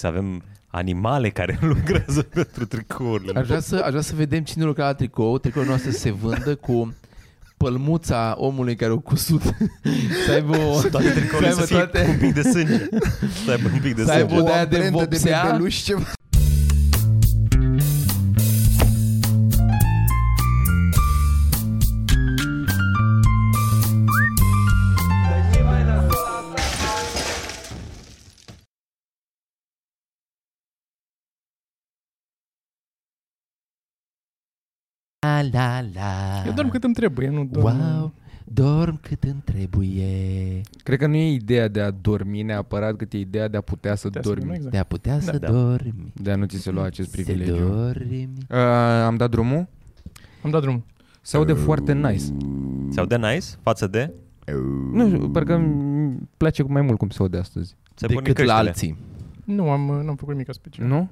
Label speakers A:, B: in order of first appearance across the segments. A: Să avem animale care lucrează pentru tricourile.
B: Aș vrea, să, aș vrea să vedem cine lucra la tricou, tricourile noastre se vândă cu pălmuța omului care o cusut să aibă o,
A: Toate tricourile
B: Să
A: să
B: aibă
A: fie
B: toate-
A: cu un pic de sânge. Să aibă un pic de
B: Să aibă
A: sânge.
B: de aia de
C: amprendă
B: vopsea.
C: de bebeluș ceva.
B: la la la.
D: Eu dorm cât îmi trebuie, nu dorm.
B: Wow, dorm cât îmi trebuie
E: Cred că nu e ideea de a dormi neapărat, cât e ideea de a putea să
D: Putea să
E: dormi.
D: dorm, exact.
B: de a putea să
A: da.
B: dormi.
E: de a nu ți se lua acest
B: Să
E: privilegiu.
B: dormi.
E: Uh, am dat drumul?
D: Am dat drumul.
E: Se aude foarte nice.
A: Sau de nice față de...
E: Nu știu, parcă îmi place mai mult cum se aude astăzi.
A: Se pun
B: Decât la
A: căștile.
B: alții.
D: Nu, am, n-am făcut nimic special.
E: Nu?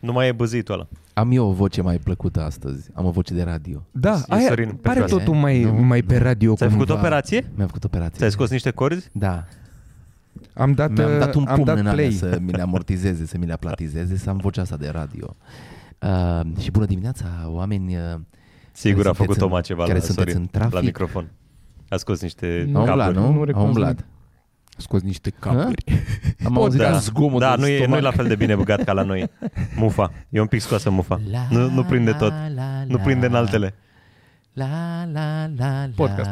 A: Nu mai e băzitul ăla.
B: Am eu o voce mai plăcută astăzi. Am o voce de radio.
E: Da,
A: E
E: aia
A: Sorin
E: are
A: Petroase.
E: totul mai,
B: Nu,
E: mai pe radio
A: Ți-ai făcut
E: cumva.
A: operație?
B: Mi-am făcut operație.
A: Ți-ai scos niște corzi?
B: Da.
E: Am dat, uh,
B: Mi-am dat un
E: am
B: pumn
E: dat
B: în alea
E: play.
B: să mi le amortizeze, să mi le aplatizeze, să am vocea asta de radio. Uh, și bună dimineața, oameni uh,
A: Sigur a
B: sunteți
A: făcut
B: în-
A: Toma ceva
B: care
A: la
B: sunteți
A: Sorin,
B: în trafic.
A: la microfon. A scos niște
D: Nu.
B: au umblat,
A: cabluri.
B: nu?
D: Nu
B: au
D: recunosc
B: umblat.
E: Scos niște capuri.
B: Am auzit
A: da.
B: un zgomot
A: Da,
B: în
A: nu e,
B: stomac.
A: nu e la fel de bine băgat ca la noi. Mufa. E un pic scoasă mufa.
B: La,
A: Nu, nu prinde tot.
B: la, la,
A: Nu
B: la,
A: prinde în altele.
B: La, la, la, la.
D: Podcast.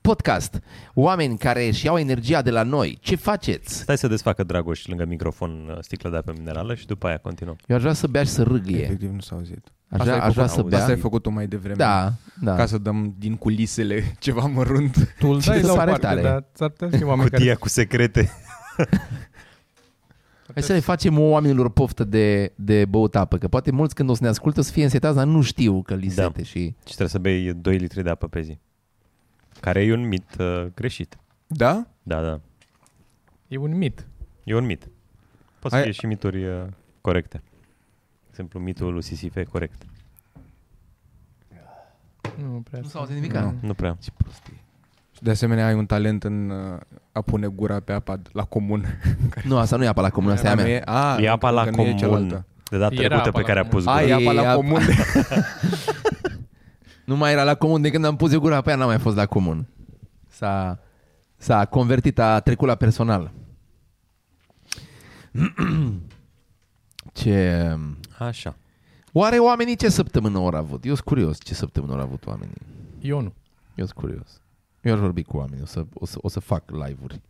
B: Podcast. Oameni care își iau energia de la noi. Ce faceți?
A: Stai să desfacă Dragoș lângă microfon uh, sticla de apă minerală și după aia continuăm.
B: Eu aș vrea să bea și să râgâie.
E: Efectiv nu s-a auzit.
B: Aș vrea, aș vrea să
E: Asta ai
B: bea.
E: făcut-o mai devreme.
B: Da, da.
E: Ca să dăm din culisele ceva mărunt.
D: Tu îl
B: Ce
D: dai
B: se
D: la o
B: pare
D: parte, da.
B: tare.
D: dar ți-ar putea să fie oameni care...
A: Cutia cu secrete.
B: Hai să le facem oamenilor poftă de, de băut apă, că poate mulți când o să ne ascultă să fie însetați, dar nu știu că li
A: Da.
B: sete și...
A: Și trebuie să bei 2 litri de apă pe zi. Care e un mit uh, greșit.
E: Da?
A: Da, da.
D: E un mit.
A: E un mit. Poți să
E: Hai-
A: fie și mituri uh, corecte. De exemplu, mitul lui Sisife e corect.
D: Nu prea.
B: Nu s-a auzit nimic? Nu.
A: Nu prea.
B: Ce prostie.
E: Și de asemenea ai un talent în uh, a pune gura pe apa la comun.
B: Nu, asta nu e apa la comună, asta e a
E: Nu
B: mea.
E: e, a,
A: E apa la
E: că nu e
A: comun.
E: cealaltă.
A: De data
D: Era
A: trecută
D: apa
A: pe
D: la
A: care a
D: comun.
A: pus
E: A,
A: gura.
E: e apa
B: E
E: la
B: apa-
E: comun.
B: Nu mai era la comun, de când am pus eu gura pe ea n-a mai fost la comun. S-a, s-a convertit, a trecut la personal. ce...
A: Așa.
B: Oare oamenii ce săptămână au avut? Eu sunt curios ce săptămână au avut oamenii.
D: Eu nu.
B: Eu sunt curios. Eu aș vorbi cu oamenii, o să, o să, o să fac live-uri.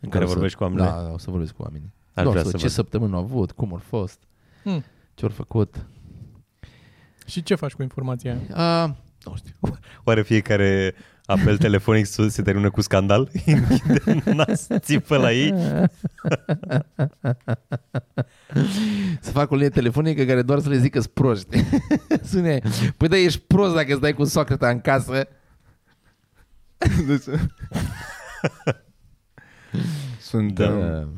A: În care
B: o să-
A: vorbești cu oamenii?
B: Da, o să vorbesc cu oamenii.
A: Aș
B: Doar
A: vrea
B: să
A: să
B: ce
A: văd.
B: săptămână au avut, cum au fost,
D: Hmm.
B: ce au făcut.
D: Și ce faci cu informația aia?
B: Uh, nu știu.
A: Oare fiecare apel telefonic su- se termină cu scandal? Închide nas, țipă la ei.
B: Să fac o linie telefonică care doar să le zică sunt proști. Sune, păi da, ești prost dacă stai cu soacră ta în casă.
E: Sunt, da.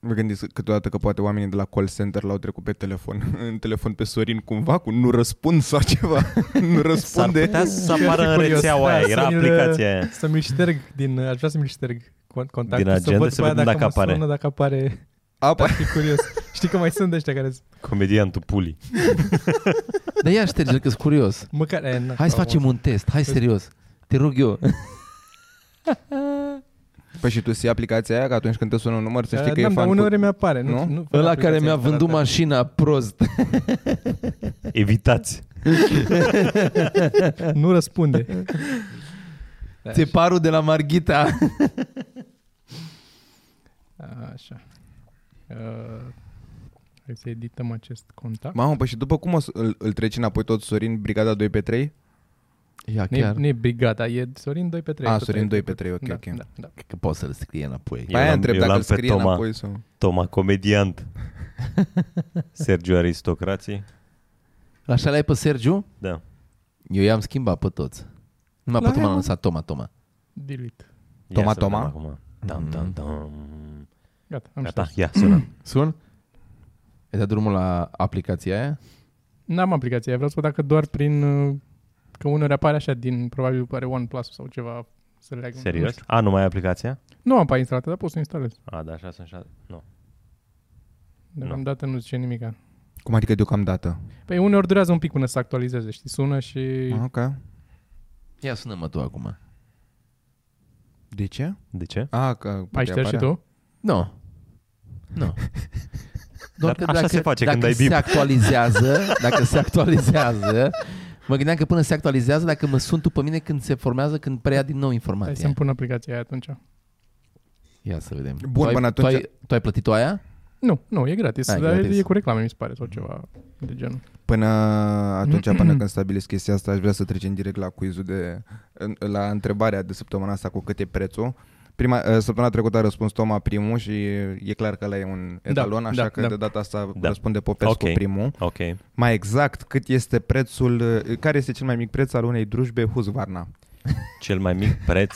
E: Mă gândesc câteodată că poate oamenii de la call center l-au trecut pe telefon, în telefon pe Sorin cumva, cu nu răspund sau ceva, nu
A: S-ar
E: răspunde.
A: putea să apară în rețeaua aia. Era aplicația aia.
D: Să mi șterg din... Aș vrea să mi șterg con- contactul.
A: Din agenda,
D: văd
A: să
D: după aia
A: vedem dacă
D: mă
A: apare.
D: Sună, dacă apare.
E: Apa,
D: Aș fi curios. Știi că mai sunt ăștia care...
A: Comediantul Puli.
B: Dar ia șterge că sunt curios.
D: Măcar... eh, n-a-
B: Hai să
D: au-
B: facem un test, hai serios. Te rog eu.
E: păi și tu să iei aplicația aia, că atunci când te sună un număr să știi
D: Eh,
E: că e
D: n-am, dar
E: fan cu...
D: uneori mi-apare. Nu?
E: Nu?
D: nu fără
B: Ăla
D: aplicație
B: care mi-a
D: neapărat,
B: vândut
D: dar-
B: mașina prost.
A: Evitați.
D: Nu răspunde.
B: Țeparul de la Marghita.
D: Așa. Uh, hai să edităm acest contact.
E: Mamă, păi și după cum o să- îl, îl treci înapoi tot Sorin, brigada 2 pe 3?
B: Ia
D: Nu e,
B: chiar.
D: nu e brigada, e Sorin 2 pe 3.
E: Ah, Sorin 2 pe 3, ok,
D: da,
E: ok.
D: Da, da.
B: Cred că poți să-l scrie înapoi.
A: Eu
E: Păi aia
A: l-am-
E: întreb
A: eu
E: dacă
A: l-am
E: îl
A: pe
E: scrie
A: Toma.
E: înapoi sau...
A: Toma Comediant, Sergiu Aristocrații,
B: Așa l-ai pe Sergiu?
A: da.
B: Eu i-am schimbat pe toți. Numai pe
E: La
B: Toma
E: aia,
B: am
E: mă.
B: lăsat Toma, Toma.
D: Delete.
A: Ia
E: Toma,
A: să vedem
E: Toma?
A: Acum. Dam, dam, dam.
D: Gata, am
A: Gata,
D: știut.
A: ia, sună.
B: Sun? Ai dat drumul la aplicația aia?
D: N-am aplicația, vreau să văd dacă doar prin... uh, Că uneori apare așa din, probabil are OnePlus sau ceva să le leagă. Nu,
A: Serios?
D: știu.
A: A, nu mai ai aplicația?
D: nu am pe instalată, dar pot să o instalez.
A: A, da, 6 în 6. Nu.
D: Deocamdată nu zice nimica.
E: Cum adică deocamdată?
D: Păi uneori durează un pic până să actualizeze, știi? Sună și...
E: Ah, ok.
B: Ia sună-mă tu acum.
E: De ce?
A: De ce?
E: Ah, că poate
D: Ai șters și
E: apărea.
D: tu?
B: Nu. Nu.
A: Dar
B: că
A: așa se face
B: dacă
A: când ai
B: se
A: bip.
B: actualizează, dacă se actualizează, mă gândeam că până se actualizează, dacă mă sunt după mine când se formează, când preia din nou
D: Hai să-mi
B: informația.
D: pun aplicația aia atunci.
B: Ia să vedem.
E: Bun,
B: tu ai,
E: până atunci-
B: Tu ai, tu ai plătit-o aia?
D: Nu, nu, e gratis,
B: Hai,
D: dar
B: gratis.
D: e cu reclame, mi se pare, sau ceva de genul.
E: Până atunci, până când stabilesc chestia asta, aș vrea să trecem direct la quizul de, în- la întrebarea de săptămâna asta cu cât e prețul. Prima, eh, săptămâna trecută a răspuns Toma primul și e clar că la e un
D: Da,
E: etalon, așa
D: da,
E: că
D: da.
E: de data asta
A: Da.
E: răspunde Popescu
A: Ok.
E: primul.
A: Ok.
E: Mai exact, cât este prețul, eh, care este cel mai mic preț al unei drujbe Husqvarna?
A: Cel mai mic preț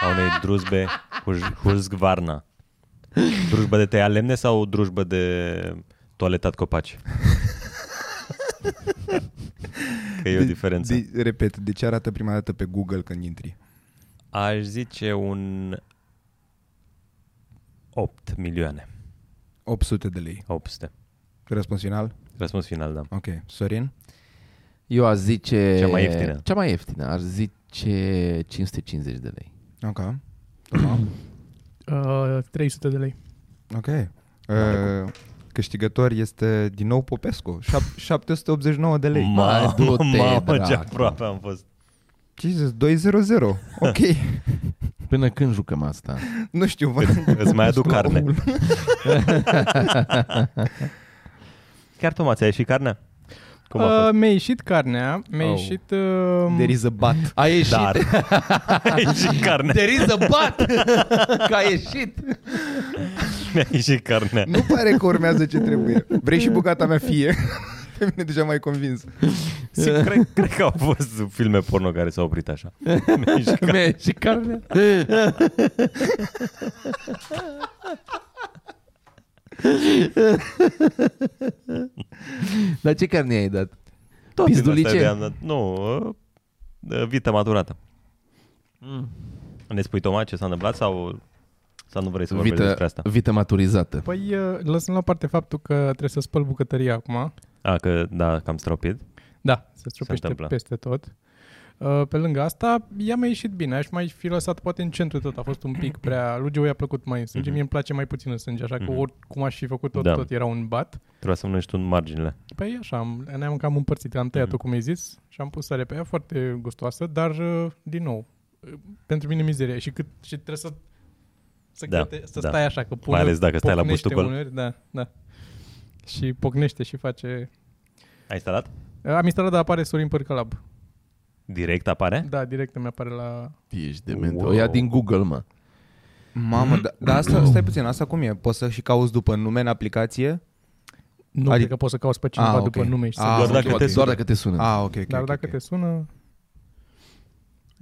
A: a unei drujbe cu j- Husqvarna. Drujbă de tăia lemne sau drujbă de toaletat copaci? Că e o diferență.
E: De, repet, de ce arată prima dată pe Google când intri?
A: Aș zice un 8 milioane.
E: 800 de lei.
A: 800.
E: Răspuns final?
A: Răspuns final, da.
E: Ok. Sorin?
B: Eu aș zice...
A: Cea mai ieftină.
B: Cea mai ieftină. Aș zice 550 de lei.
E: Ok. Toma?
D: Uh, 300 de lei.
E: Ok. Uh, câștigător este din nou Popescu. Șap- 789 de lei.
A: Mamă,
B: Hai, du-te,
A: mamă ce
B: dracu.
A: aproape am fost.
E: Jesus, 200. Ok.
B: Până când jucăm asta?
E: nu știu. Vă...
A: Îți mai aduc
E: La
A: carne.
E: omul.
A: Chiar, Toma, ți-a ieșit carnea? Cum a
D: Uh,
A: fost?
D: mi-a ieșit carnea, mi-a
E: Au.
D: ieșit... Uh,
E: There is a bat.
B: A ieșit!
A: Dar a ieșit carnea.
B: There is a bat! Că a ieșit!
A: Mi-a ieșit carnea.
E: Nu pare că urmează ce trebuie. Vrei și bucata mea fie? Pe mine deja mai convins.
A: Simt, cred, cred că au fost filme porno care s-au oprit așa. Mi-a ieșit carnea.
B: Mi-a ieșit carnea. Dar ce carne ai dat?
A: Tot din
B: Pizdulice?
A: astea de-am dat. Nu, uh, vită maturată. Mm. Ne spui, Toma, ce s-a întâmplat sau, sau nu vrei să vorbești despre
B: Vită,
A: asta?
B: vită maturizată.
D: Păi uh, lăsăm la o parte faptul că trebuie să spăl bucătăria acum.
A: A, că da, că am stropit.
D: Da, se stropește
A: întâmplă.
D: peste tot. Uh, Pe lângă asta, ea mi-a ieșit bine. Aș mai fi lăsat poate în centru tot. A fost un pic prea... Lugeu i-a plăcut mai în sânge.
A: Mhm.
D: Mie îmi place mai puțin în sânge, așa că
A: Mhm.
D: oricum aș fi făcut tot,
A: Da.
D: tot era un bat.
A: Trebuia să mănânci tu în marginile.
D: Păi așa, am- ne-am cam împărțit, am tăiat-o,
A: Mhm.
D: cum ai zis, și am pus sare pe ea, foarte gustoasă, dar, uh, din nou, uh, pentru mine mizeria și cât și trebuie să să,
A: Da,
D: crete, să
A: da.
D: stai așa, că pune,
A: Mai ales dacă stai la
D: pocnește
A: bustucol.
D: uneori, da, da. Și pocnește și face...
A: Ai instalat?
D: Am instalat, dar apare Sorin Părcălab.
A: Direct
E: Eh?
A: apare?
D: Da, direct îmi apare la...
B: Ești dement.
A: Wow.
B: O ia din Google, mă.
E: Mamă, dar da asta, stai puțin, asta cum e? Poți să și cauți după nume în aplicație?
D: Nu
E: Adică-
D: cred că poți să cauți pe cineva
E: Ah, ok.
D: după nume și să...
E: Ah,
A: Doar
E: ok,
A: dacă
E: ok.
A: te
B: Doar dacă te sună.
E: Ah, ok, ok.
D: dar
E: ok,
D: dacă
E: ok.
D: te sună...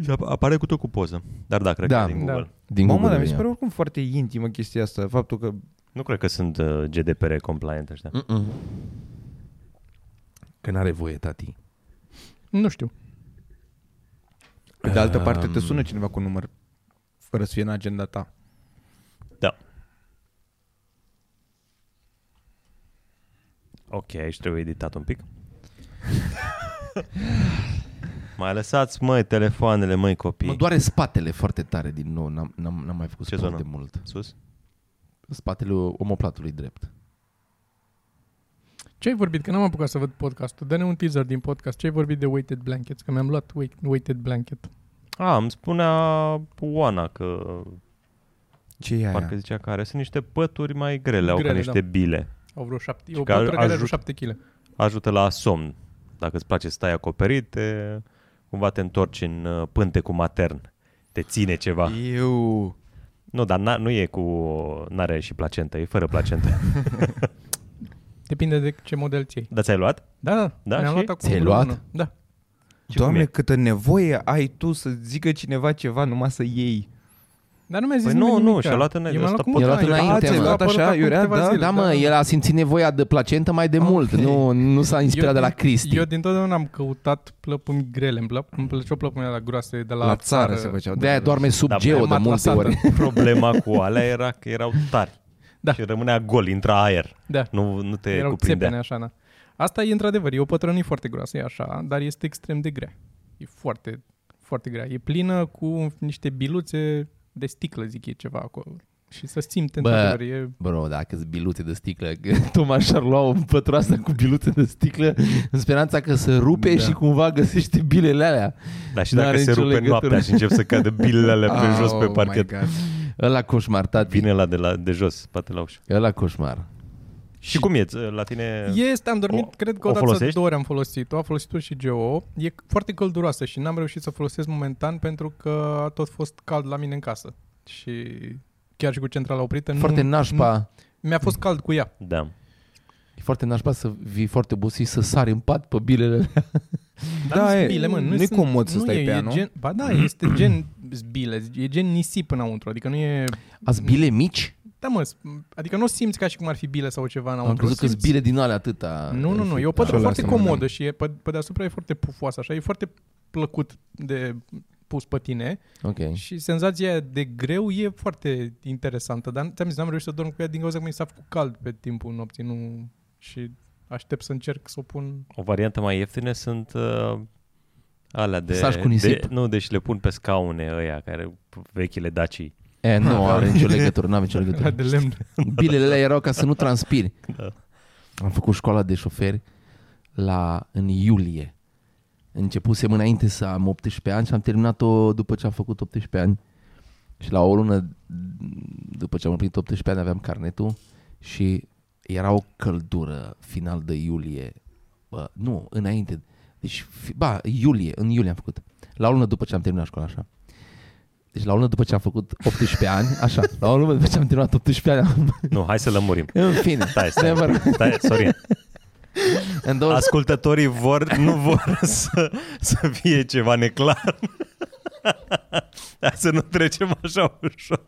A: Da, Apare cu tot cu poză. Dar da, cred
B: Da.
A: că din
D: Da.
A: Google.
B: Din
E: Mamă,
B: Google
E: dar mi se
B: ia.
E: pare oricum foarte intimă chestia asta. Faptul că
A: Nu cred că sunt uh, GDPR compliant ăștia.
B: Mm-mm. Că n-are voie, tati.
D: Nu știu.
E: Pe de altă parte te
B: Um,
E: sună cineva cu număr fără să fie în agenda ta.
A: Da. Ok, aici trebuie editat un pic. Mai lăsați, măi, telefoanele, măi, copii.
B: Mă doare spatele foarte tare din nou. N-am, n-am, n-am mai făcut
A: Ce
B: sport
A: zonă?
B: de mult.
A: Sus?
B: Spatele omoplatului drept.
D: Ce ai vorbit? Că n-am apucat să văd podcastul. Dă-ne un teaser din podcast. Ce ai vorbit de Weighted Blankets? Că mi-am luat wei- Weighted Blanket.
A: A, îmi spunea Oana că
E: Ce
B: Da.
E: e aia?
A: parcă zicea că are. Sunt niște pături mai grele, da. au ca
D: Grele,
A: niște bile.
D: Au vreo șapte,
A: Și
D: o
A: că
D: pătură care are vreo
A: ajut-
D: șapte kg.
A: Ajută la somn. Dacă îți place să stai acoperit, te, cumva te întorci în uh, pânte cu matern. Te ține ceva.
E: Eu...
A: Nu, dar na, nu e cu... N-are și placentă, e fără placentă.
D: Depinde de ce model ții.
A: Dar ți-ai luat?
D: Da, da,
A: Da,
D: mi-am
A: și?
D: luat acum
B: Ți-ai
D: vreo
B: luat?
D: lună. Da.
A: Și cum
E: Doamne,
A: e?
E: câtă nevoie ai tu să zică cineva ceva numai să iei.
D: Dar nu mi-a zis
A: Păi nu,
D: nimeni
A: nu,
D: nimica.
A: și-a luat în-
D: Eu mi-am
A: ăsta-
D: luat cu
A: I-a
D: mult
B: luat înainte,
D: a
B: mă.
D: da, apărut
E: Așa,
D: acum
E: iurea,
D: câteva
E: da,
D: zile,
B: Da, mă, el a simțit nevoia de placentă mai de mult. Nu, nu s-a inspirat
D: Eu-
B: de la Cristi.
D: Eu din totdeauna am căutat plăpumi grele. Îmi, plăp, îmi plăceau plăpumile la groase de la,
E: La țară se făceau.
B: De aia doarme sub
A: Da,
B: geo de
D: m-a
B: multe
D: clasat.
B: ori.
A: Problema cu alea era că erau tari.
D: Da.
A: și rămânea gol, intra aer.
D: Da.
A: Nu, nu te
D: Erau țepene
A: cuprindea.
D: așa, na. Asta e într-adevăr, e o pătrănie foarte groasă, e așa, dar este extrem de grea. E foarte, foarte grea. E plină cu niște biluțe de sticlă, zic e ceva acolo. Și să simte
B: Bă.
D: într-adevăr, e...
B: Bro, dacă sunt biluțe de sticlă, că Toma și-ar lua o pătroasă cu biluțe de sticlă în speranța că se rupe
E: Da.
B: și cumva găsește bilele alea.
A: Dar și
B: N-are
A: dacă se
B: nicio
A: rupe
B: legătură.
A: noaptea și încep să cadă bilele alea pe jos
E: Oh
A: pe
E: my
A: parchet,
E: God.
B: Ăla coșmar, tati.
A: vine la de, la de jos, spate la ușă.
B: Ăla coșmar.
A: Și cum e? La tine...
D: Este, am dormit,
A: O-
D: o, cred că
A: o
D: o dată sau
A: folosești?
D: două ori am folosit-o, a folosit-o și Geo. E foarte călduroasă și n-am reușit să folosesc momentan pentru că a tot fost cald la mine în casă. Și chiar și cu centrala oprită,
B: Foarte
D: nu,
B: nașpa.
D: nu, mi-a fost cald cu ea.
A: Da.
B: E foarte nașpa să vii foarte obosit să sari în pat pe bilele alea.
D: Dar
E: Da,
D: nu
E: e-
D: zbile, mă, nu
E: nu-i
D: sunt-
E: comod să
D: nu
E: stai
D: e,
E: pe ea,
D: e
E: nu?
D: Gen, ba da, este gen zbile, e gen nisip înăuntru, adică nu e...
B: Ați bile mici?
D: Da, mă, s- adică nu simți ca și cum ar fi bile sau ceva
B: Am
D: înăuntru.
B: crezut că
D: simți-
B: bile din alea atâta.
D: Nu, nu, nu, e o
E: Da.
D: pătră
E: Ăla
D: foarte
E: asta mă
D: comodă
E: gândeam.
D: și e, pe, pe deasupra e foarte pufoasă, așa, e foarte plăcut de pus pe tine
B: Ok.
D: și senzația aia de greu e foarte interesantă, dar ți-am zis, n-am reușit să dorm cu ea din cauza că mi s-a făcut cald pe timpul nopții, nu... Și aștept să încerc să o pun...
A: O variantă mai ieftină sunt uh, alea de...
B: Saci cu nisip?
A: De, nu, deci le pun pe scaune ăia, care vechile dacii.
B: E, nu are nicio legătură, n-am nicio legătură.
D: de lemn.
B: Bilele alea erau ca să nu transpiri. Am făcut școala de șoferi la, în iulie. Începusem înainte să am 18 ani și am terminat-o după ce am făcut 18 ani. Și la o lună după ce am împlinit 18 ani aveam carnetul și era o căldură final de iulie. Bă, nu, înainte. Deci, fi- ba, iulie, în iulie am făcut. La o lună după ce am terminat școala, așa. Deci la o lună după ce am făcut 18 ani, așa, la o lună după ce am terminat 18 ani, am
A: Nu, hai să lămurim.
B: în fine,
A: Stai, stai,
B: Never.
A: stai, Sorin.
B: în două...
A: Ascultătorii vor, nu vor să, să fie ceva neclar. Hai să nu trecem așa ușor.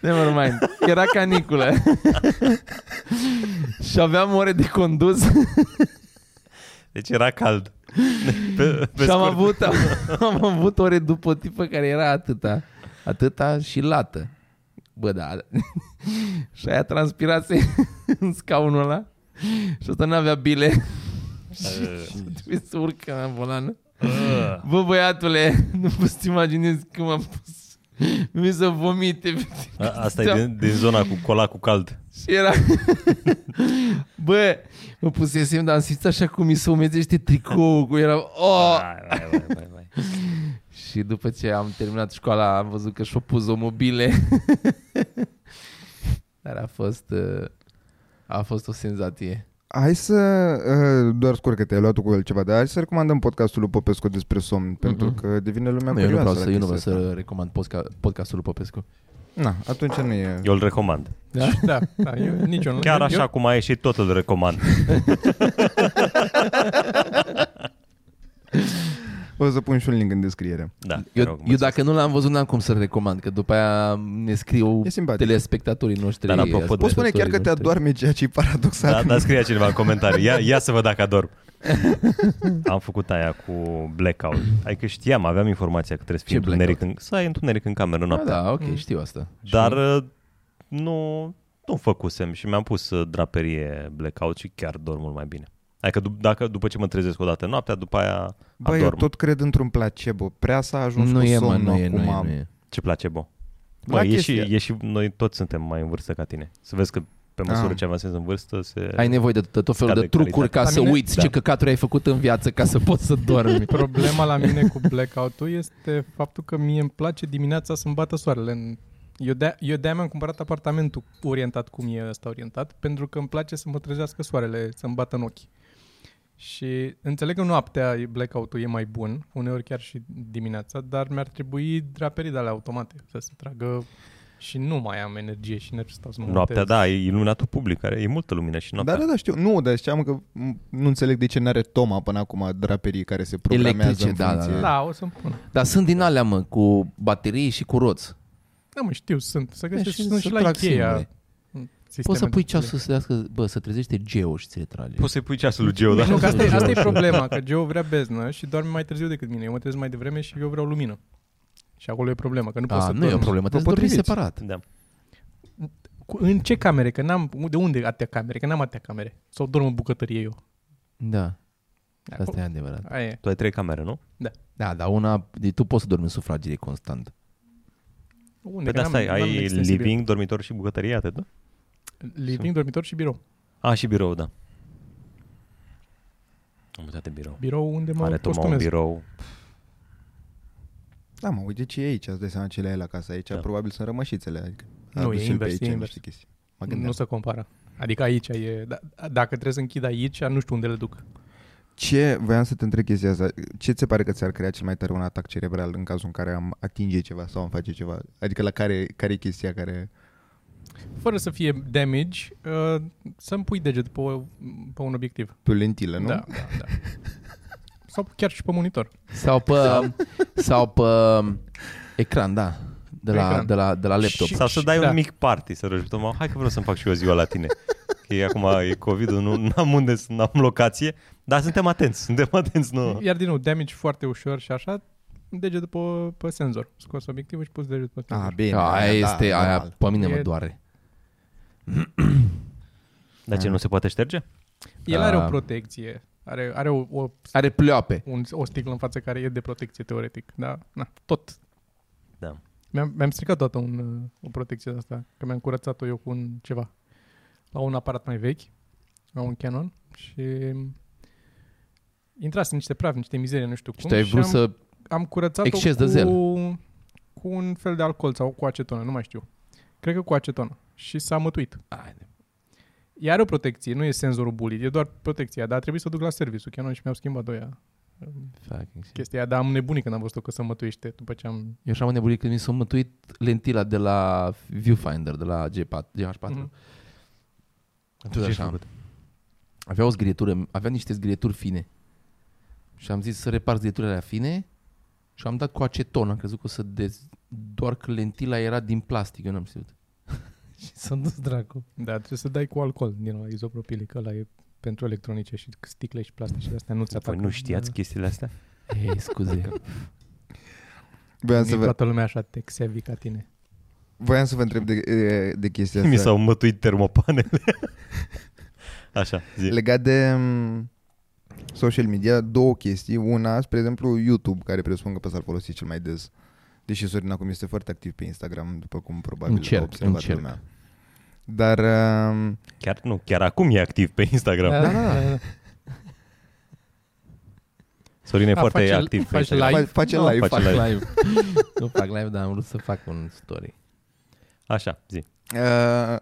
B: Never mind. Era caniculă. și aveam ore de condus
A: Deci era cald. Pe, pe
B: și am
A: scurt.
B: avut, am, am avut ore după o tipă care era atâta. Atâta și lată. Bă, da. și aia transpirase în scaunul ăla. Și asta n-avea bile. și trebuie să urcă la volană.
A: Uh,
B: Bă, băiatule, nu poți să imaginezi cum am pus. Mi să vomite.
A: a- Asta
B: Da.
A: e din, din zona cu cola cu cald.
B: Și era... Bă, mă pusesem, dar am simțit așa cum mi se umezește tricoul, cum era... Oh!
A: Vai, vai, vai, vai, vai.
B: Și după ce am terminat școala, am văzut că și-o pus o mobile. dar a fost... uh, A fost o senzație.
E: Hai să, uh, doar scurt că te-ai luat tu cu el ceva, dar hai să recomandăm podcastul lui Popescu despre somn, pentru
B: Mhm.
E: că devine lumea
B: Nu, eu nu vreau
E: curioasă. la
B: să, eu nu vreau
E: chestia
B: să recomand posca, podcastul lui Popescu.
E: asta. Na, atunci nu e.
A: Eu îl recomand.
B: Da?
D: Da, da, eu nici eu nu.
A: Chiar
D: eu,
A: așa cum a ieșit, tot îl recomand.
E: O să pun și un link în descriere.
A: Da, te
B: Eu,
A: rog,
B: eu
A: mulțumesc.
B: dacă nu l-am văzut, n-am cum să-l recomand, că după aia ne scriu
E: E simpatic.
B: telespectatorii noștri.
A: Dar apropo de-
E: Poți spune chiar că te
B: noștri.
E: adorme, ceea ce e paradoxal.
A: Da, da, scrie cineva în comentarii. Ia, ia să văd dacă adorm. Am făcut aia cu blackout. Adică știam, aveam informația că trebuie să fie
B: Ce
A: întuneric în, să ai întuneric în cameră
B: Ah,
A: noaptea.
B: da, ok,
D: Mm.
B: știu asta.
A: Dar uh, nu, nu făcusem și mi-am pus uh, draperie blackout și chiar dorm mult mai bine. Adică dup- dacă, după ce mă trezesc o dată noaptea, după aia
E: Băi, eu
A: adorm.
E: tot cred într-un placebo. Prea s-a ajuns
B: Nu
E: cu
B: e, mă,
E: somnul
B: nu e,
E: acum.
B: nu e, nu e.
A: Ce place, bo.
E: La
A: Mă, e și,
E: chestia.
A: e și, noi toți suntem mai în vârstă ca tine. Să vezi că pe măsură
E: Ah.
A: ce avansezi în vârstă se...
B: Ai nevoie de tot, tot felul
A: Scade
B: de trucuri
A: calitatea.
B: ca
D: La
B: să
D: mine-
B: uiți
A: Da.
B: ce căcaturi ai făcut în viață ca să poți să dormi.
D: Problema la mine cu blackout-ul este faptul că mie îmi place dimineața să-mi bată soarele. în- Eu de- eu de-aia mi-am cumpărat apartamentul orientat cum e ăsta orientat, pentru că îmi place să mă trezească soarele, să-mi bată în ochi. Și înțeleg că noaptea e- blackout-ul e mai bun, uneori chiar și dimineața, dar mi-ar trebui draperii de alea automate să se tragă și nu mai am energie și nervi să stau să mă
A: Noaptea,
D: montez.
A: da, e iluminatul public, care e multă lumină și noaptea.
E: Da, da, da, știu. Nu, dar știam că m, nu înțeleg de ce n-are Toma până acum draperii care se programează
B: Electrice,
E: în
B: da,
E: funcție.
B: da,
D: Da, o să-mi pun.
B: Dar sunt din alea, mă, cu baterii și cu roți.
D: Da, mă, știu, sunt. Să găsesc,
B: Păi și
D: sunt
B: să
D: și la
B: trag
D: Ikea.
B: singure.
D: sisteme
B: Poți să
D: de
B: pui
D: înțeleg.
B: ceasul să trească, bă, să trezește geo și ți le trage.
A: Poți să-i pui ceasul lui Geo, da?
D: Deci Nu, că asta, e,
B: Geo,
D: asta e
B: Geo.
D: problema, că Geo vrea beznă și doarme mai târziu decât mine. Eu mă trezesc mai devreme și eu vreau lumină. Și acolo e problema, că nu pot
B: A,
D: să
B: nu
D: dorm.
B: e o problemă, trebuie să dormi
E: potriviți.
B: separat.
A: Da.
D: Cu, în ce camere? Că n-am, de unde atâtea camere? Că n-am atâtea camere. Sau dorm în bucătărie eu.
B: Da,
D: Acolo-
B: asta e adevărat.
D: Aia e.
A: Tu ai trei camere, nu?
B: Da, dar una, de, tu poți să dormi în sufragerie constant.
A: Pe
D: Unde?
A: de
D: Că
A: asta Păi da, ai,
D: n-am- n-am
A: ai
D: extensibil.
A: living, dormitor și bucătărie, atât, da?
D: Living, dormitor și birou.
A: A, și birou, da. Am uitat de birou.
D: Birou unde mă
A: Are Toma un
D: costumez.
A: birou.
E: Da, mă, uite ce e aici, îți dai seama ce le ai la casa aici,
A: Da.
E: da. probabil sunt rămășițele, adică
D: Nu,
E: adus
D: e
E: și pe
D: invers,
E: aici,
D: e invers.
E: niște chestii. Mă gândeam.
D: Nu se compară. Adică aici e... Da, dacă trebuie să închid aici, nu știu unde le duc.
E: Ce, voiam să te întreb chestia asta, ce ți se pare că ți-ar crea cel mai tare un atac cerebral în cazul în care am atinge ceva sau am face ceva? Adică la care, care e chestia care...
D: Fără să fie damage, uh, să-mi pui deget pe, o- pe un obiectiv.
E: Pe o lentilă, nu?
D: Da, da, da. Sau chiar și pe monitor.
B: Sau pe, sau pe um, ecran, da, de la,
D: Ecran.
B: De la, de la laptop.
D: Și-
A: Sau să dai
D: da.
A: un mic party, să rogi pe Toma, hai că vreau să-mi fac și eu ziua la tine. Că e acum e covid nu am unde, să- n-am locație, dar suntem atenți, suntem atenți, nu...
D: Iar din nou, damage foarte ușor și așa, degetul pe, pe senzor. Scos obiectivul și pus degetul pe senzor.
E: Ah, bine.
B: Aia, aia este,
E: da,
B: aia
E: normal.
B: pe mine mă
D: E-
B: doare.
A: Dar ce, nu se poate șterge?
D: El are
B: Ah.
D: o protecție. Are, are o, o,
B: Are pleoape.
D: un, o sticlă în față care e de protecție teoretic. Da, na, tot.
A: Da.
D: Mi-am, mi-am stricat toată un, uh, o protecție de asta, că mi-am curățat-o eu cu un ceva. La un aparat mai vechi, la un Canon și intrase în niște praf, niște mizerie, nu știu cum.
B: Și tu ai vrut
D: am,
B: să...
D: am curățat-o
B: Exces
D: cu,
B: de zel.
D: cu un fel de alcool sau cu acetonă, nu mai știu. Cred că cu acetonă. Și s-a mătuit. Ea are o protecție, nu e senzorul bulit, e doar protecția, dar a trebuit să o duc la serviciu, chiar noi și mi-au schimbat doia
B: Fucking shit.
D: chestia aia, dar am nebunit când am văzut-o că se mătuiește după ce am...
B: Eu așa am nebunit când mi s-a mântuit lentila de la viewfinder, de la G4, GH4.
D: Mhm.
B: Mm-hmm. Tot așa. Avea o zgrietură, avea niște zgrieturi fine. Și am zis să repar zgrieturile alea fine și am dat cu aceton, am crezut că o să dez... Doar că lentila era din plastic, eu n-am știut. și s-a dus dracu.
D: Da, trebuie să ddai cu alcool din ăla izopropilic, ăla e pentru electronice și sticle și plastice de astea nu ți
A: Voi
D: atacă.
A: Păi nu știați chestiile astea?
B: Ei, scuze.
E: Voiam să
D: Nu
E: vă,
D: toată lumea așa texevi ca tine.
E: voiam să vă întreb de, de chestia asta.
A: Mi s-au mătuit termopanele. Așa, zi.
E: Legat de m, social media, două chestii. Una, spre exemplu, YouTube, care presupun că pe ăsta îl folosi cel mai des. Deși Sorin acum este foarte activ pe Instagram, după cum probabil
B: Încerc,
E: a observat
B: încerc.
E: lumea. Dar um,
A: Chiar nu, chiar acum e activ pe Instagram.
D: Da, da, da. da.
A: Sorin e
B: Da,
D: A,
A: foarte
D: face-
A: activ pe
D: face
A: Instagram.
D: Live?
E: fa- face
B: nu,
E: live.
A: Face
B: fac
A: live.
B: live. nu fac live, dar am vrut să fac un story.
A: Așa, zi.
E: Uh,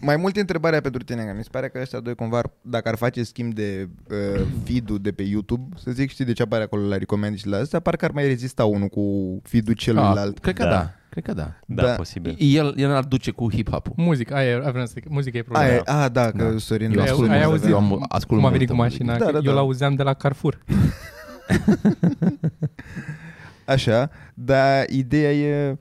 E: mai mult întrebarea pentru tine, că mi se pare că ăștia doi cumva, ar- dacă ar face schimb de uh, feed-ul de pe YouTube, să zic, știi de ce apare acolo la recomand și la astea, parcă ar mai rezista unul cu feed-ul celuilalt.
B: Ah, cred că
A: Da.
B: da. da. Cred că da.
A: Da,
E: Da.
A: posibil.
B: El, el ar duce cu hip-hop-ul.
D: Muzica, aia, e- aia vreau să zic, muzica e
E: A,
D: problema.
E: aia, a, da, că
B: Da.
E: Sorin
D: Eu
E: l-a
D: ascult
E: spus,
D: ai
E: nu
D: auzit?
E: știu.
B: eu am, ascult
D: Cum a venit
B: multă
D: cu
B: muzică.
D: mașina,
E: Da,
D: da,
E: da,
D: da,
E: da.
D: eu l-auzeam de la Carrefour.
E: Așa, dar ideea e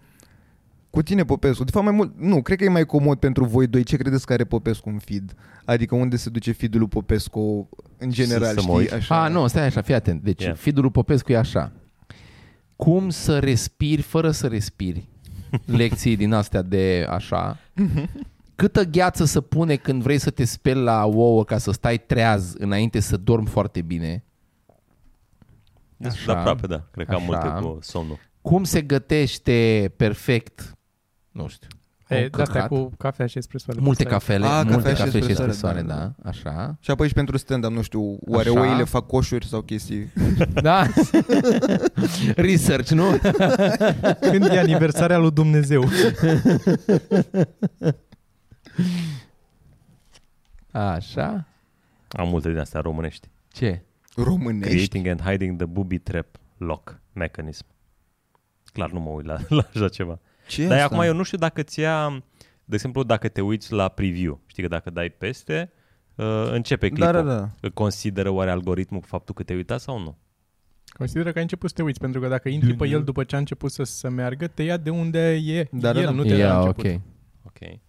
E: cu tine Popescu. De fapt mai mult, nu, cred că e mai comod pentru voi doi. Ce credeți că are Popescu în feed? Adică unde se duce feed-ul lui Popescu în general,
A: să mă
E: știi?
A: uit.
E: Așa.
B: A, Ah, nu, stai așa, fii atent. Deci,
A: Ia.
B: yeah. feed-ul lui Popescu e așa. Cum să respiri fără să respiri? Lecții din astea de așa. Câtă gheață să pune când vrei să te speli la ouă ca să stai treaz înainte să dormi foarte bine?
A: Deci,
B: Așa.
A: aproape, da. Cred că am
B: Așa.
A: multe cu somnul.
B: Cum se gătește perfect? Nu știu.
D: E,
B: un
D: de astea
B: căcat?
D: cu cafea și espresoare.
B: Multe
D: Asta e.
B: cafele,
E: Ah,
B: multe
E: cafea și
B: cafele și
E: espresoare,
B: espresoare, da. Așa.
E: Și apoi și pentru stand-up, nu știu, oare
B: Așa.
E: oile fac coșuri sau chestii?
B: Da. Research, nu?
D: Când e aniversarea lui Dumnezeu.
B: Așa.
A: Am multe din astea românești.
B: Ce?
E: Românești?
A: Creating and hiding the booby trap lock mechanism. Clar nu mă uit la, la așa ceva.
E: Ce e
A: Dar
E: asta?
A: acum eu nu știu dacă ți ia, de exemplu, dacă te uiți la preview, știi că dacă dai peste, uh, începe
E: Da,
A: clipul.
E: da, da.
A: Îl Consideră oare algoritmul cu faptul că te-ai uitat sau nu?
D: Consideră că ai început să te uiți, pentru că dacă intri pe el după ce a început să, să meargă, te ia de unde e
E: Da, da,
D: el,
E: da.
D: nu te ia la
B: Ia,
D: început.
B: ok.
A: Ok.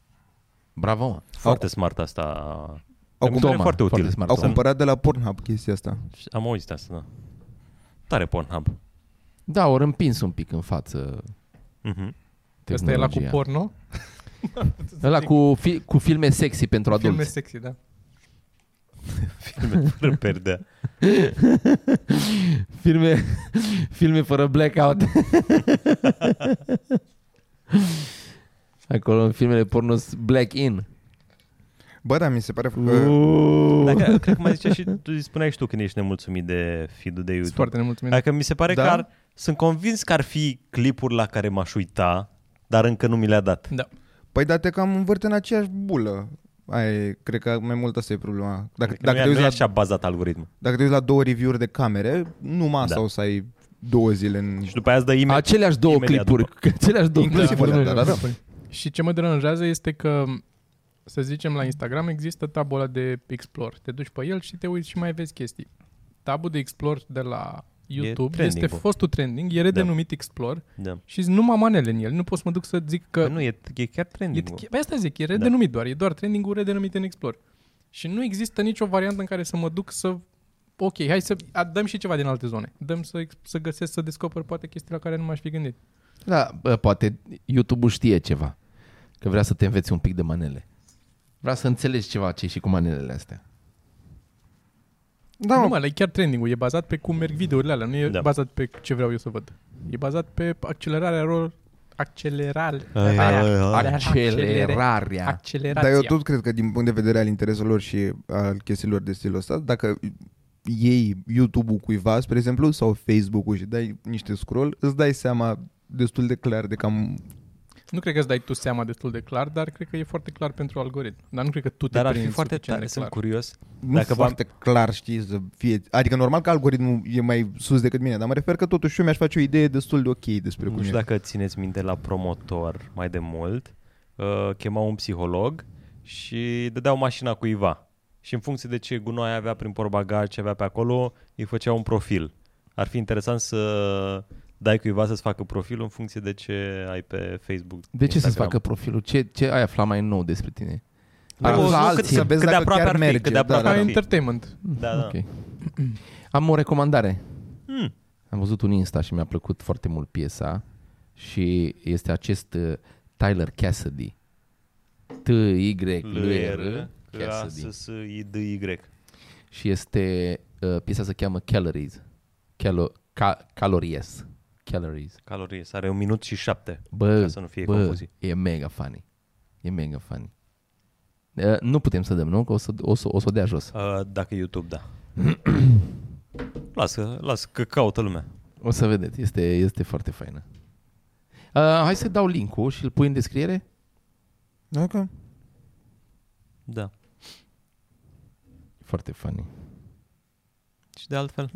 B: Bravo, mă.
A: Foarte smart asta.
E: Au,
A: Mi se
E: cum,
A: pare foarte util.
B: smart,
E: au
B: Toma.
E: cumpărat de la Pornhub chestia asta.
A: Am auzit asta, da. Tare Pornhub.
B: Da, ori împins un pic în față
A: Mhm.
D: Asta e la
B: tehnologia.
D: cu porno.
B: Ăla cu, fi, cu filme sexy pentru adulți.
D: Filme sexy, da.
A: Filme fără perdea.
B: Filme, filme fără blackout. Acolo în filmele porno sunt black in.
E: Bă, da, mi se pare că...
B: Uuuu.
A: Dacă, cred că mai zicea și tu spuneai și tu când ești nemulțumit de feed-ul de
D: Sunt
A: YouTube.
D: foarte nemulțumit.
A: Dacă mi se pare
E: Da?
A: da? că ar, sunt convins că ar fi clipuri la care m-aș uita, dar încă nu mi le-a dat.
D: Da.
E: Păi da, te cam învârte în aceeași bulă. Aia e, cred că mai mult asta e problema. Dacă,
A: Cred că
E: dacă,
A: Păi, Adică nu,
E: te
A: e-
E: uiți
A: nu e așa
E: la,
A: bazat algoritmul.
E: dacă te uiți la două review-uri de camere, numai asta
A: Da.
E: o să ai două zile în...
A: Și după aia îți dă ime-
B: Aceleași două
A: Imediat
B: clipuri. Aceleași două
E: Inclusiv
B: clipuri.
E: alea, da, da, da.
D: Și ce mă deranjează este că, să zicem, la Instagram există tabula de Explore. Te duci pe el și te uiți și mai vezi chestii. Tabul de Explore de la YouTube este
A: trending-ul.
D: fostul trending, e redenumit Explore
A: Da.
D: și sunt numai manele în el. Nu pot să mă duc să zic că...
A: Că Păi nu, e, e chiar
D: E,
A: trending. Da.
D: păi asta zic, e redenumit doar, e doar trending-ul redenumit în Explore. Și nu există nicio variantă în care să mă duc să... Ok, hai să a, dăm și ceva din alte zone. Dăm să, ex- să găsesc, să descoper poate chestii la care nu m-aș fi gândit.
B: Da, bă, poate YouTube-ul știe ceva. Că vrea să te înveți un pic de manele. Vrea să înțelegi ceva ce și cu manelele astea.
E: Da,
D: Nu,
E: mă,
D: mă, e chiar trending-ul, e bazat pe cum merg videourile alea, nu e da.
A: Da.
D: bazat pe ce vreau eu să văd. E bazat pe accelerarea lor, acceleral,
A: Ai, ai, ai,
D: Ah.
A: ai.
B: Accelerarea.
D: accelerația.
E: dar eu tot cred că din punct de vedere al intereselor și al chestiilor de stilul ăsta, dacă iei YouTube-ul cuiva, spre exemplu, sau Facebook-ul și dai niște scroll, îți dai seama destul de clar de cam...
D: Nu cred că îți dai tu seama destul de clar, dar cred că e foarte clar pentru algoritm. Dar nu cred că tu te
A: Dar ar fi
D: prinzi
A: foarte
D: suficient
A: tare,
D: de clar.
A: sunt curios.
E: Nu
A: Dacă
E: Dacă
A: v-am-
E: foarte clar știi să fie... Adică normal că algoritmul e mai sus decât mine, dar mă refer că totuși eu mi-aș face o idee destul de ok despre cum
A: Nu știu
E: e.
A: dacă țineți minte la promotor mai de mult, uh, chema un psiholog și dădeau mașina cuiva. Și în funcție de ce gunoi avea prin porbagaj, ce avea pe acolo, îi făcea un profil. Ar fi interesant să dai cuiva să-ți facă profilul în funcție de ce ai pe Facebook.
B: De ce să-ți
A: Instagram.
B: facă profilul? Ce, ce ai aflat mai nou despre tine?
A: Nu,
B: Ar
A: nu,
B: afla
A: cât-
B: alții.
E: să vezi
A: cât de
E: dacă
A: aproape
E: chiar
A: ar fi,
E: merge,
A: cât de
E: da,
A: aproape
E: da,
D: Ca
A: ar fi.
D: entertainment.
A: Da, da.
B: Ok. Am o recomandare.
A: Mm.
B: Am văzut un Insta și mi-a plăcut foarte mult piesa și este acest uh, Tyler Cassidy. t y l r Cassidy.
A: L-R-A-S-S-I-D-Y.
B: Și este, uh, piesa se cheamă Calories. Calo, ca, calories. Calories.
A: Calorie, are un minut și șapte.
B: Bă,
A: Ca să nu fie
B: bă,
A: confuzii.
B: e mega funny. E mega funny. Uh, nu putem să dăm, nu? Că o să o, să, o, să o dea jos.
A: Uh, dacă YouTube, da. lasă, lasă, că caută lumea.
B: O să vedeți, este, este foarte faină. Uh, hai să dau link-ul și îl pui în descriere.
E: Ok.
A: Da.
B: Foarte funny.
A: Și de altfel.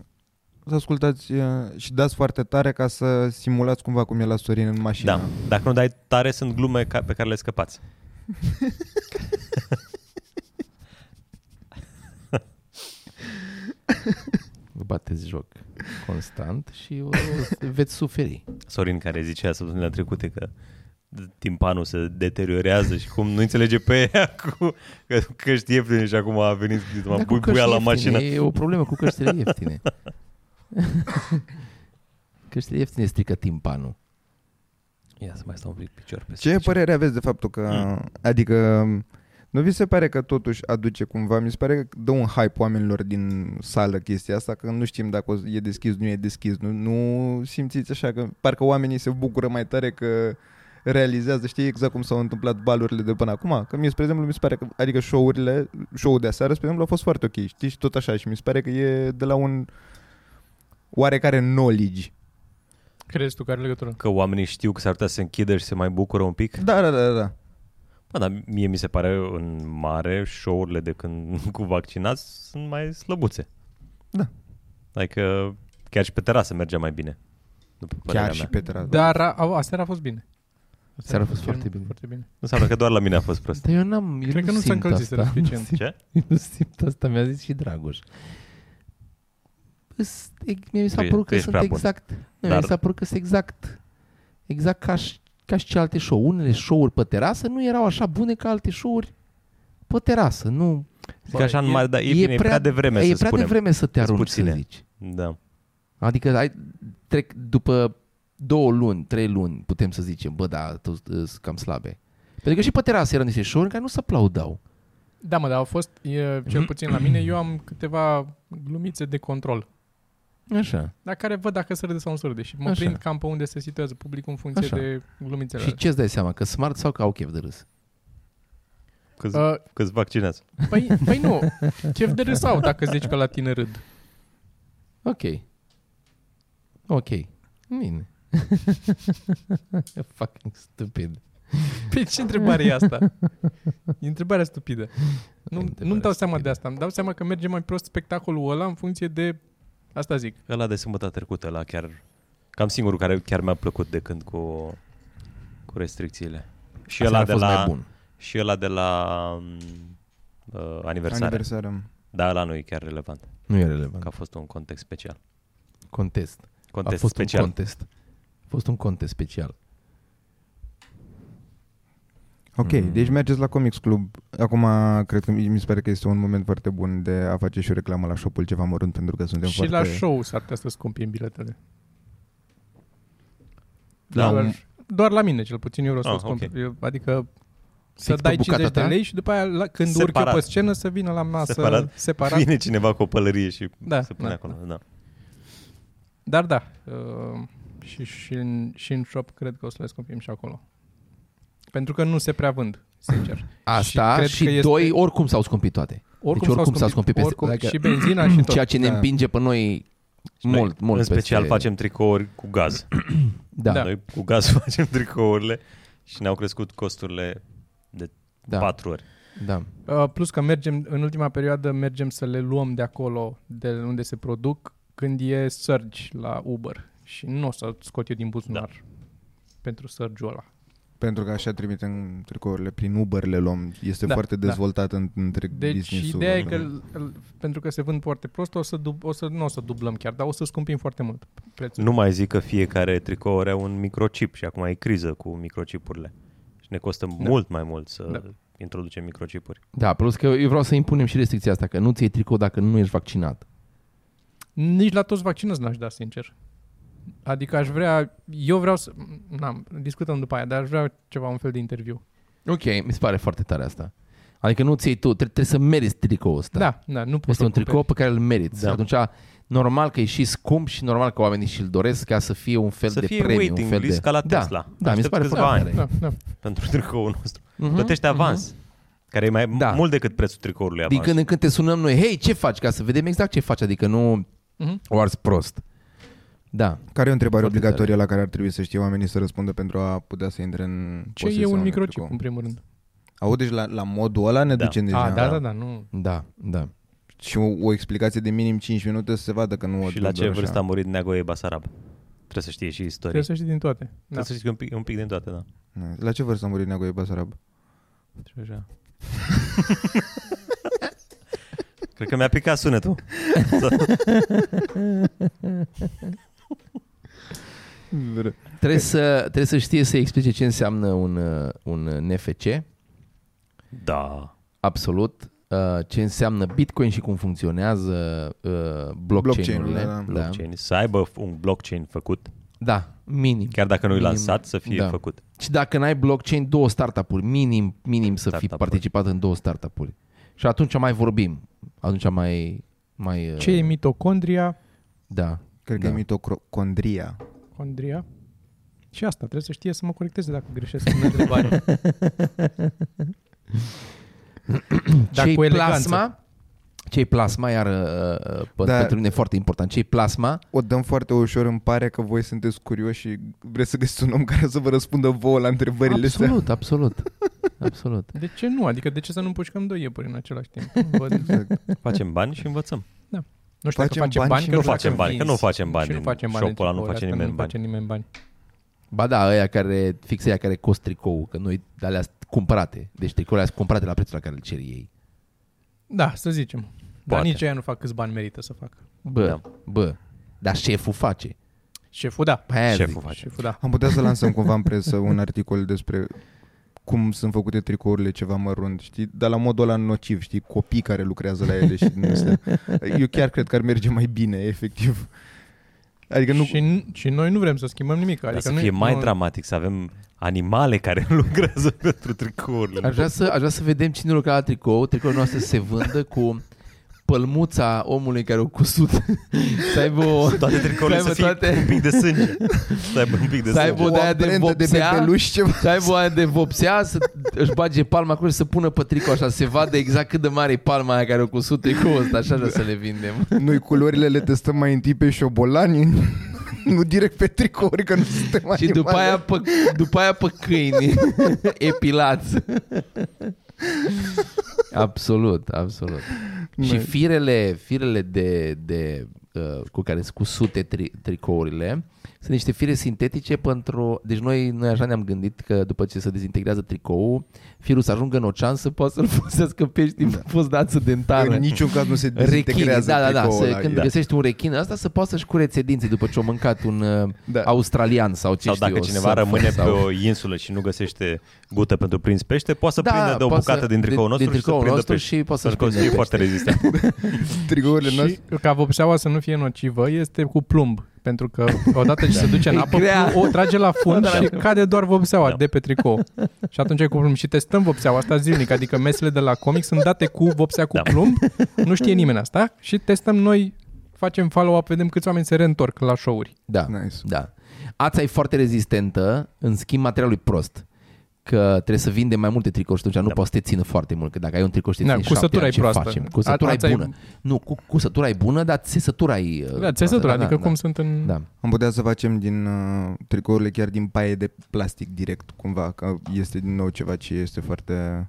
E: Să ascultați uh, și dați foarte tare ca să simulați cumva cum e la Sorin în mașină.
A: Da. Dacă nu dai tare, sunt glume ca, pe care le scăpați.
B: Vă bateți joc constant și o, o, veți suferi.
A: Sorin care zicea săptămâna trecută că timpanul se deteriorează și cum nu înțelege pe ea cu că, căști ieftine și acum a venit
B: Dar
A: m-a pui
B: cu
A: buia la
B: căști
A: mașină.
B: ieftine, E o problemă cu căștile ieftine. căștile ieftine strică timpanul.
A: Ia să mai stau un pic picior pe
E: Ce părere aveți de faptul că,
A: Mm.
E: adică, nu vi se pare că totuși aduce cumva, mi se pare că dă un hype oamenilor din sală chestia asta, că nu știm dacă o- e deschis, nu e deschis, nu, nu simțiți așa, că parcă oamenii se bucură mai tare că realizează, știi exact cum s-au întâmplat balurile de până acum, că mie, spre exemplu, mi se pare că, adică show-urile, show-ul de aseară, spre exemplu, a fost foarte ok, știi, și tot așa, și mi se pare că e de la un oarecare knowledge.
D: Crezi tu că are legătură?
A: Că oamenii știu că s-ar putea să se închidă și se mai bucură un pic.
E: Da, da, da, da.
A: Bă, dar mie mi se pare în mare show-urile de când cu vaccinați sunt mai slăbuțe.
E: Da.
A: Adică chiar și pe terasă mergea mai bine. După părerea
E: Chiar
A: mea.
E: și da. pe terasă.
D: Dar a, a, aseară a fost bine.
B: Seara da. a fost foarte
D: chiar
B: bine.
D: Foarte bine.
A: Nu înseamnă că doar la mine a fost prost.
B: Dar eu n-am, eu
D: Cred
B: nu
D: că nu s-a
B: simt
D: încălzit
B: asta.
D: suficient.
B: Nu simt-
A: Ce?
B: Eu nu simt asta, mi-a zis și Dragoș. Îs- e- Mi
A: Tu
B: s-a
A: e-
B: părut
A: tu
B: că
A: ești
B: sunt
A: prea bun.
B: exact, nu,
A: Dar-
B: mi s-a părut că sunt exact, exact ca și, ca și celelalte show. Unele show-uri pe terasă nu erau așa bune ca alte show-uri pe terasă. Nu,
A: Zic așa în mare, dar e, bine, e prea devreme
B: e
A: să
B: prea
A: spunem.
B: devreme să te
A: Sunt
B: arunci, să
A: puține.
B: zici.
A: Da.
B: Adică ai, trec după două luni, trei luni, putem să zicem, bă, da, tu- sunt ă, cam slabe. Pentru că și pe terasă erau niște show care nu se aplaudau.
D: Da, mă, dar au fost, e,
B: Mhm.
D: cel puțin la mine, eu am câteva glumițe de control.
B: Așa.
D: Dar care văd dacă se râde sau nu se râde și mă
B: Așa.
D: Așa. prind cam pe unde se situează publicul în funcție
B: Așa.
D: Așa. de glumițele
B: Și
D: alea.
B: ce îți dai seama? Că smart sau că au chef de râs?
A: Câți,
D: Uh,
A: câți vaccinează.
D: păi, păi nu, chef de râs sau dacă zici că la tine râd.
B: Ok. Ok. Bine. Fucking stupid.
D: Pe Păi ce întrebare e asta? E întrebarea stupidă. Nu,
B: Întrebarea
D: nu-mi dau seama
B: stupidă.
D: de asta. Îmi dau seama că merge mai prost spectacolul ăla în funcție de... Asta zic.
A: Ăla de sâmbătă trecută, la chiar... Cam singurul care chiar mi-a plăcut de când cu, cu restricțiile. Și
B: Asta
A: ăla,
B: a
A: de
B: fost mai
A: la,
B: bun.
A: și ăla de la um, uh, aniversare. Anivers-
E: Aniversară.
A: da, ăla nu e chiar relevant,
B: Nu e relevant.
A: că a fost un context special.
B: Contest.
A: Contest
B: a fost
A: special.
B: un contest. A fost un contest special.
E: Ok,
B: Mm.
E: mm. deci mergeți la Comics Club. Acum, cred că mi mi se pare că este un moment foarte bun de a face și o reclamă la shop-ul ceva mărunt, pentru că suntem
D: și
E: foarte...
D: la show s-ar putea să scumpim biletele.
A: Da,
D: doar,
E: un-
D: doar la mine, cel puțin, eu vreau
A: Ah,
D: să-l scump.
A: ok.
D: Eu- Adică să
B: Fix pe
D: dai
B: bucata
D: 50 de
B: ta?
D: lei și după aia, la, când urc eu
A: Separat.
D: pe scenă, să vină la masă
A: Separat.
D: separat. separat.
A: Vine cineva cu o pălărie și da,
D: Da,
A: se pune
D: da,
A: acolo. Da.
D: Dar da, uh, și, și, în, și în shop cred că o să le scumpim și acolo. Pentru că nu se prea vând, sincer.
B: Asta și,
D: cred că
B: și
D: este-
B: doi, oricum s-au scumpit toate.
D: Oricum
B: oricum
D: s-au
B: s-au scumpit
D: scumpit,
B: peste-
D: oricum,
B: dacă-
D: și benzina și tot.
B: Mm. Ceea ce ne
E: Da.
B: împinge pe noi
A: Și noi,
B: mult, mult
A: În special
B: peste...
A: facem tricouri cu gaz. Da.
B: Da, da.
A: Noi cu gaz facem tricourile și ne-au crescut costurile de da.
B: da,
A: patru ori.
B: da.
D: Uh, plus că mergem, în ultima perioadă mergem să le luăm de acolo, de unde se produc, când e surge la Uber. Și nu o să scot eu din buzunar da. pentru surge-ul ăla.
E: Pentru că așa trimitem tricourile prin Uber, le luăm. Este
D: Da,
E: foarte
D: da.
E: dezvoltat în, întreg
D: Deci
E: business-ul.
D: ideea e că, îl- îl- pentru că se vând foarte prost, o să, dub, o să, nu o să dublăm chiar, dar o să scumpim foarte mult prețul.
A: Nu mai zic că fiecare tricou are un microchip și acum e criză cu microchipurile. Și ne costă da. mult mai mult să da.
D: Da.
A: introducem microchipuri.
B: Da, plus că eu vreau să impunem și restricția asta, că nu-ți iei tricou dacă nu ești vaccinat.
D: Nici la toți vaccinați n-aș da, sincer. Adică aș vrea, eu vreau să, na, discutăm după aia, dar aș vrea ceva, un fel de interviu.
B: Ok, mi se pare foarte tare asta. Adică nu-ți iei tu, tre- trebuie să meriți tricoul ăsta.
D: Da, da, da nu poți
B: Este
D: să-l
B: un tricou pe care îl meriți.
A: Da.
B: Da. Atunci, normal că e și scump și normal că oamenii și-l doresc ca să fie un fel
A: Să
B: de
A: fie
B: premiu.
A: waiting
B: un fel
A: list
B: de...
A: ca la
B: da,
A: Tesla.
B: Da, mi
A: Aștept
B: se pare
A: câțiva
B: foarte
A: ani.
B: tare.
D: cumperi. Da, da.
A: Pentru tricoul nostru.
B: Mhm,
A: Plătești
B: mhm.
A: avans, care e mai
B: Da. Adică
A: da. mult decât prețul tricoului
B: Din
A: avans.
B: când în când te sunăm noi, hei, ce faci? Ca să vedem exact ce faci, adică nu
D: Mhm.
B: o arzi prost. Da.
E: Care e o întrebare
B: Foarte
E: obligatorie la care ar trebui să știe oamenii să răspundă pentru a putea să intre în
D: Ce
E: posesia
D: e un
E: unui
D: microchip,
E: tricou?
D: în primul rând?
E: Auzi, deci la, la modul ăla ne
A: Da.
E: ducem deja.
D: A, da, da, da, nu.
B: Deci, Da, da.
E: Și o, o explicație de minim 5 minute să se vadă că nu o
A: Și la
E: duc
A: ce
E: doar
A: vârstă a
E: așa.
A: murit Neagoe Basarab? Trebuie să știe și istorie.
D: Trebuie să știi din toate. Da.
A: Trebuie să știi un pic, un pic din toate, da.
E: La ce vârstă a murit Neagoe Basarab?
A: Cred că mi-a picat sunetul.
B: Trebuie să, trebuie să știe să explice ce înseamnă un, uh, un uh, NFC,
A: Da.
B: absolut, uh, ce înseamnă Bitcoin și cum funcționează uh,
E: Blockchain-urile,
B: blockchain-urile.
E: da.
A: Blockchain. Să aibă un blockchain făcut,
B: da, minim.
A: chiar dacă nu-i
B: Minim.
A: lansat, să fie
B: Da.
A: făcut.
B: Și dacă n-ai blockchain, două startup-uri, minim, minim să fii
A: Startup-uri.
B: participat în două startup-uri. Și atunci mai vorbim. Atunci mai... mai uh,
D: Ce e mitocondria?
B: Da.
E: Cred că
B: Da.
E: e mitocondria.
D: Condria? Și asta, trebuie să știe să mă corecteze dacă greșesc în întrebare. Dar
B: ce
D: cu eleganță.
B: plasma? ce plasma, iar uh, uh, pe-
E: Da.
B: pentru mine e foarte important, ce plasma?
E: O dăm foarte ușor, îmi pare că voi sunteți curioși și vreți să găsiți un om care să vă răspundă vouă la întrebările astea.
B: Absolut, absolut. absolut.
D: De ce nu? Adică de ce să nu împușcăm doi iepuri în același timp? Nu Văd.
E: Exact.
A: Facem bani și învățăm.
B: Adică
D: Nu
E: Facem
D: știu dacă facem
E: bani și
D: bani, că
E: nu
A: Nu
D: dacă
A: facem bani, că
D: vinzi.
A: nu facem bani.
D: Și nu
A: din
D: facem bani.
A: Shop-ul ăla nu
D: din
A: face
D: tricouri,
A: nimeni
D: asta
A: bani.
D: Nu face nimeni bani.
B: Ba da, ăia care, fix ăia care cost tricou, că noi de alea sunt cumpărate. Deci tricourile alea sunt cumpărate la prețul la care îl cer ei.
D: Da, să zicem. Dar
A: Poate.
D: nici aia nu fac câți bani merită să facă.
B: Bă,
A: Da.
B: da. bă, dar șeful face.
D: Șeful da.
B: Pe aia
A: Șeful
B: zic.
A: Păi face.
D: Șeful da.
E: Am putea să lansăm cumva în presă un articol despre cum sunt făcute tricourile ceva mărunt, știi? Dar la modul ăla nociv, știi? Copii care lucrează la ele și din astea. Eu chiar cred că ar merge mai bine, efectiv. Adică nu...
D: Și, n- și noi nu vrem să schimbăm nimic.
A: Adică
D: Adică
A: să
D: nu
A: fie mai
D: nu,
A: dramatic, să avem animale care lucrează pentru tricourile.
B: Aș vrea să, aș vrea să vedem cine lucra la tricou, tricourile noastre se vândă cu pălmuța omului care o cusut. să aibă o...
A: Toate tricourile să
B: aibă
A: fie
B: toate-
A: un pic de sânge. Să aibă un pic de
B: Să aibă
A: sânge.
B: o de-aia de
E: amprendă
B: vopsea.
E: bebeluș ceva.
B: Să aibă aia de vopsea, să își bage palma acolo și să pună pe tricou așa, să se vadă exact cât de mare e palma aia care o cusut tricoul ăsta, așa vrea să le vindem.
E: Noi culorile le testăm mai întâi pe șobolani, nu direct pe tricouri, că nu suntem
B: Și
E: animale.
B: după aia, pe, după aia pe câini epilați. absolut, absolut. Și firele, firele de, de, uh, cu care sunt cusute tri, tricourile sunt niște fire sintetice pentru... Deci noi, noi așa ne-am gândit că după ce se dezintegrează tricoul, firul să ajungă în ocean să poată să-l folosească pești din fosdață dentară.
E: Da. În niciun caz nu se
B: Rechin, da,
E: dezintegrează
B: da, da,
E: tricoul
B: să,
E: ăla.
B: când
A: da.
B: găsești un rechin asta să poată să-și curețe dinții după ce a mâncat un uh,
E: Da.
B: australian sau ce
A: Sau
B: știu
A: dacă
B: eu,
A: cineva
B: surfer
A: rămâne
B: sau...
A: pe o insulă și nu găsește gută pentru prins pește, poate să
B: Da,
A: prindă de o
B: poate să-
A: bucată din tricoul
B: din-
A: nostru
B: din
A: și să
B: tricoul
A: prindă
B: nostru
A: pește.
B: și poate să-și
A: Pentru că o să fie
B: prindă
A: foarte rezistent.
E: Tricourile
D: Și
E: noastre...
D: ca vopseaua să nu fie nocivă, este cu plumb. Pentru că odată ce se duce în
B: E
D: apă,
B: grea. Da,
D: o trage la fund și cade doar vopseaua
A: Da.
D: de pe tricou. Și atunci e cu plumb. Și testăm vopseaua asta zilnic. Adică mesele de la comic sunt date cu vopsea cu
A: Da.
D: plumb. Nu știe nimeni asta. Și testăm noi, facem follow-up, vedem câți oameni se reîntorc la show-uri.
B: Da.
E: Nice.
B: Da. Ața e foarte rezistentă, în schimb materialul e prost. Că trebuie să vinde mai multe tricouri și atunci nu
A: Da.
B: poți să te țină foarte mult, că dacă ai un tricou și te
D: Da,
B: ține șapte
D: cusătura
B: ani,
D: e
B: ce
D: proastă.
B: facem? Cusătura e
D: Ața e-
B: bună. Nu, cu, cusătura e bună, dar țesătura e... uh,
D: Da,
B: proastă.
D: țesătura, adică
B: da,
D: cum sunt în...
B: Da.
E: Am putea să facem din uh, tricourile chiar din paie de plastic direct, cumva, că este din nou ceva ce este foarte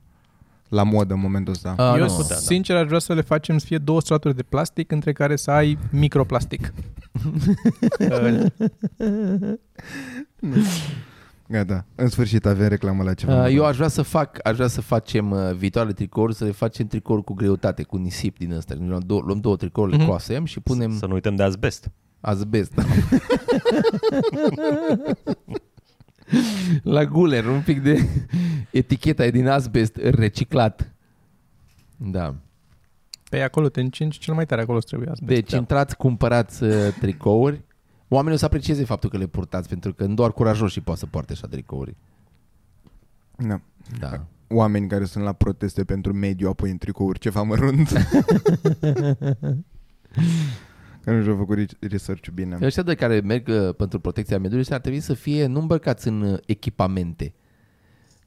E: la modă în momentul ăsta.
B: da.
D: Eu,
B: nu.
A: sunt- da.
D: sincer, aș vrea să le facem să fie două straturi de plastic, între care să ai microplastic.
E: Gata, în sfârșit avem reclamă la ceva.
B: Uh, Eu aș vrea să fac, aș vrea să facem uh, viitoarele tricouri, să le facem tricouri cu greutate, cu nisip din ăsta. Luăm două, luăm două tricouri, le
D: Mhm.
B: coasem și punem
A: Să nu uităm de azbest.
B: azbest. La guler, un pic de eticheta e din azbest reciclat. Da.
D: Pe acolo te încinci cel mai tare, acolo îți trebuie azbest.
B: Deci intrați, cumpărați uh, tricouri. Oamenii o să aprecieze faptul că le purtați, pentru că doar curajoșii poate să poarte așa tricouri.
E: Da.
B: Da.
E: Oameni care sunt la proteste pentru mediu, apoi în tricouri, ceva mărunt. că nu și-au făcut re- research bine.
B: Ăștia de care merg uh, pentru protecția mediului ăștia ar trebui să fie nu îmbărcați în uh, echipamente.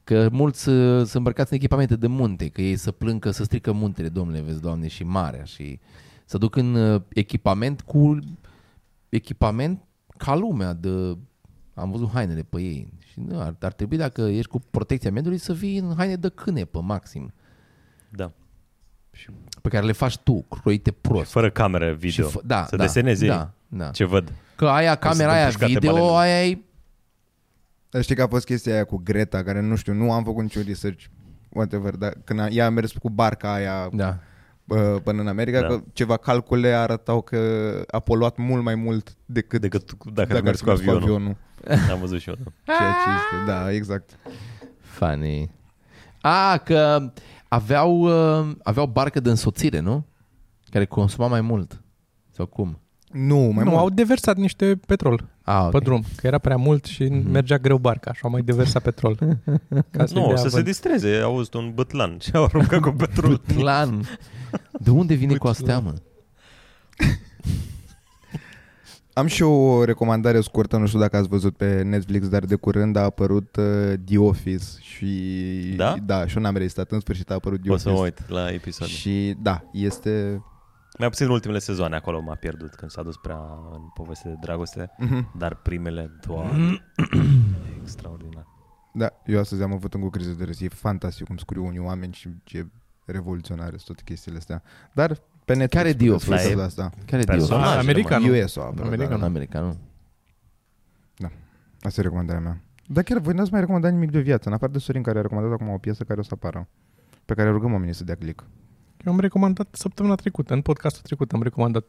B: Că mulți uh, sunt îmbărcați în echipamente de munte, că ei să plâng că să strică muntele, domnule, vezi, doamne, și marea și să duc în uh, echipament cu echipament ca lumea de... Am văzut hainele pe ei și nu, ar, ar trebui dacă ești cu protecția mediului să vii în haine de câine pe maxim,
A: Da.
B: pe care le faci tu, croite prost.
A: Fără camere video.
B: Și fă- da,
A: să
B: da,
A: desenezi ei
B: da, da.
A: ce văd.
B: Că aia, camera
A: sunt
B: aia
A: împușcate
B: video,
A: balele.
B: aia e
E: Dar știi că a fost chestia aia cu Greta, care nu știu, nu am făcut niciun research, whatever, dar când a, ea a mers cu barca aia
B: Da.
E: bă, până în America,
A: Da.
E: da. că ceva calcule arătau că a poluat mult mai mult decât,
A: Decât dacă, dacă ar mers cu avionul. Ah! Am văzut și eu. Da.
E: Ceea ce este, da, exact.
B: Funny. A, că aveau, uh, aveau barcă de însoțire, nu? Care consuma mai mult. Sau cum?
E: Nu, mai
D: nu,
E: mult.
D: au deversat niște petrol
B: A,
D: okay.
B: ok.
D: pe drum, că era prea mult și
B: Mhm.
D: mergea greu barca și au mai deversat petrol. Ca să-i
A: Nu,
D: dea
A: să se
D: vânt.
A: distreze. Au auzit un bătlan și au aruncat cu petrol.
B: Butlan. De unde vine cu astea, mă?
E: Am și eu o recomandare scurtă, nu știu dacă ați văzut pe Netflix, dar de curând a apărut uh, The Office și...
A: Da?
E: Da, și eu n-am rezistat, în sfârșit a apărut The
A: O să
E: Office.
A: mă uit la episoade.
E: Și da, este...
A: Mai puțin ultimele sezoane acolo m-a pierdut când s-a dus prea în poveste de dragoste,
E: Mhm.
A: dar primele doar extraordinar.
E: Da, eu astăzi am avut încă o criză de râs. E fantastic cum scriu unii oameni și e revoluționare sunt toate chestiile astea. Dar pe Netflix
B: Care The
E: puteți
A: Office?
E: să
A: La-
E: uitați la asta.
B: Care e
A: Personal.
B: Dios?
A: Personajele,
D: American. Americanul.
E: US o apără,
D: Americanul.
E: Da, da.
B: Americanul.
E: Asta e recomandarea mea. Dar chiar voi n-ați mai recomandat nimic de viață, în afară de Sorin care a recomandat acum o piesă care o să apară, pe care rugăm oamenii să dea click.
D: Eu am recomandat săptămâna trecută, în podcastul trecut am recomandat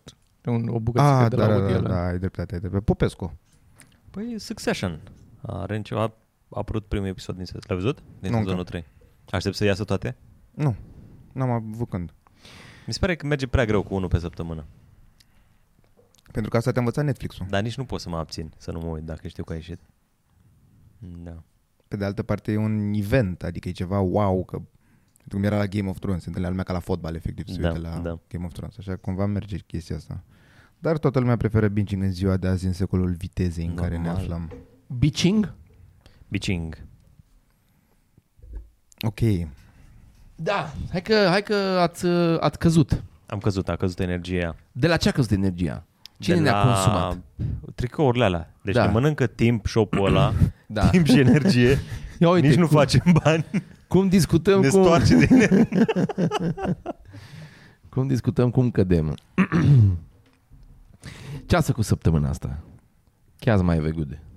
D: un, o bucățică
E: Ah,
D: de
E: da,
D: la
E: da,
D: audio.
E: da,
D: la-
E: da, ai dreptate, ai dreptate. Popescu.
A: Păi Succession. Are în ceva, a apărut primul episod din sezonul. L-ai văzut? Din
E: Nu,
A: sezonul
E: încă.
A: 3. Aștept să iasă toate?
E: Nu, n-am avut când.
A: Mi se pare că merge prea greu cu unul pe săptămână.
E: Pentru că asta te-a învățat Netflix-ul.
A: Dar nici nu pot să mă abțin să nu mă uit dacă știu că a ieșit. Da.
E: Pe de altă parte e un event, adică e ceva wow, că cum era la Game of Thrones, se întâlnea lumea ca la fotbal, efectiv, se
A: Da,
E: uită la
A: da.
E: Game of Thrones, așa cumva merge chestia asta. Dar toată lumea preferă binging în ziua de azi, în secolul vitezei în care ne
A: Normal.
E: aflăm.
B: Bitching?
A: Bicing.
E: Ok,
B: Da. Hai că, hai că ați, uh, ați căzut.
A: Am căzut, a căzut energia.
B: De la ce a căzut energia? Cine
A: De la
B: ne-a consumat?
A: Tricourile alea. Deci
B: Da.
A: da. ne mănâncă timp shop-ul ăla,
B: Da.
A: da. timp și energie.
B: Ia uite,
A: Uite, Nici nu
B: cum,
A: facem bani,
B: cum discutăm
A: ne
B: cum,
A: stoarce din
B: cum discutăm cum cădem. ce ați făcut săptămâna asta? Ce ați mai vegude?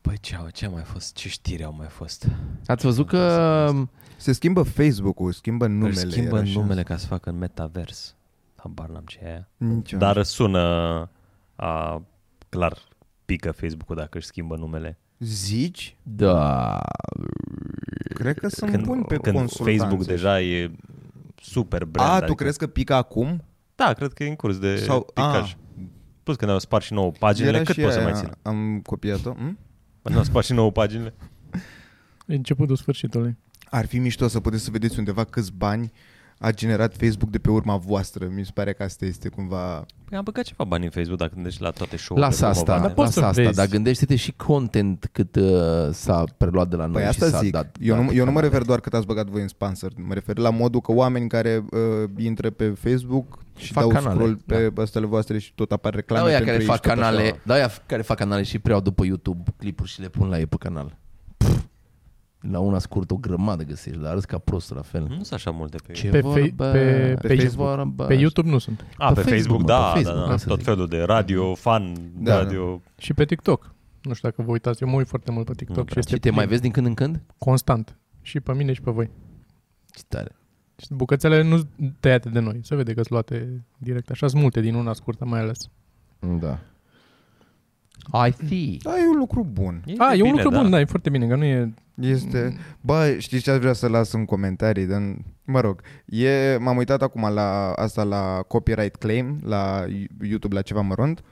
A: Păi ce, au- ce a mai fost? Ce știri au mai fost?
B: Ați văzut că
E: se schimbă Facebook-ul, schimbă numele.
A: Își schimbă
E: era și
A: numele ca să facă în metavers. Habar n-am ce e aia.
E: asta. Nicio.
A: Dar sună a, clar pică Facebook-ul dacă își schimbă numele.
E: Zici?
B: da,
E: Cred că sunt bun pe
A: când
E: consultanțe.
A: Facebook deja e super brand. adică
E: A, tu crezi că pică acum?
A: Da, cred că e în curs de
E: Sau-
A: Sau, picaj.
E: a.
A: Plus că ne-au spart și nouă paginile, cât
E: și
A: poți să mai
E: aia,
A: țină? Păi
E: Am copiat-o. Hm?
A: Ne-au spart și nouă paginile.
D: E începutul sfârșitului.
E: Ar fi mișto să puteți să vedeți undeva câți bani a generat Facebook de pe urma voastră. Mi se pare că asta este cumva...
A: Păi am băgat ceva bani în Facebook dacă gândești la toate show-urile.
B: lasă asta,
A: promovate.
D: Dar poți
B: lasă
D: să
B: asta,
D: vezi.
B: dar gândește-te și content cât uh, s-a preluat de la noi
E: Păi
B: și
E: asta
B: s-a
E: zic.
B: dat.
E: eu,
B: dat
E: nu, eu nu mă
B: canale.
E: refer doar cât ați băgat voi în sponsor. Mă refer la modul că oameni care uh, intră pe Facebook și
B: Fac
E: dau
B: canale,
E: scroll pe da. astele voastre și tot apar
B: Da,
E: reclame
B: aia
E: pentru
B: care
E: ei
B: fac
E: și tot
B: canale,
E: Așa.
B: da, aia care fac canale și preau după YouTube clipuri și le pun la ei pe canal. Pff, la una scurt o grămadă găsești, dar arăți ca prost la fel.
A: Nu sunt așa multe pe,
B: Ce
D: Pe
B: vorba,
D: Fe- pe-
E: pe
B: ce
E: Facebook.
B: vorba.
D: Pe YouTube nu sunt.
A: A, pe,
B: Pe
A: Facebook,
B: Facebook, mă,
A: da,
B: pe
A: da,
B: Facebook,
A: da,
B: asta
A: tot
B: zic.
A: felul de radio, fan,
E: Da,
A: da, radio,
D: Și pe TikTok. Nu știu dacă vă uitați, eu mă uit foarte mult pe
A: Nu
D: TikTok și
A: prea.
D: este
B: Și te mai
D: plin,
B: vezi din când în când?
D: constant. Și pe mine și pe voi.
B: Ce tare.
D: Și bucățele nu sunt tăiate de noi. Se vede că sunt luate direct. Așa sunt multe din una scurtă mai ales.
B: Da. I see.
E: Da, e un lucru bun.
D: A, e un
A: bine,
D: lucru bun, da, e foarte bine, că nu e...
E: Este. Bă, știi ce aș vrea să las în comentarii? Dar, mă rog, e, m-am uitat acum la asta la copyright claim, la YouTube, la ceva mărunt.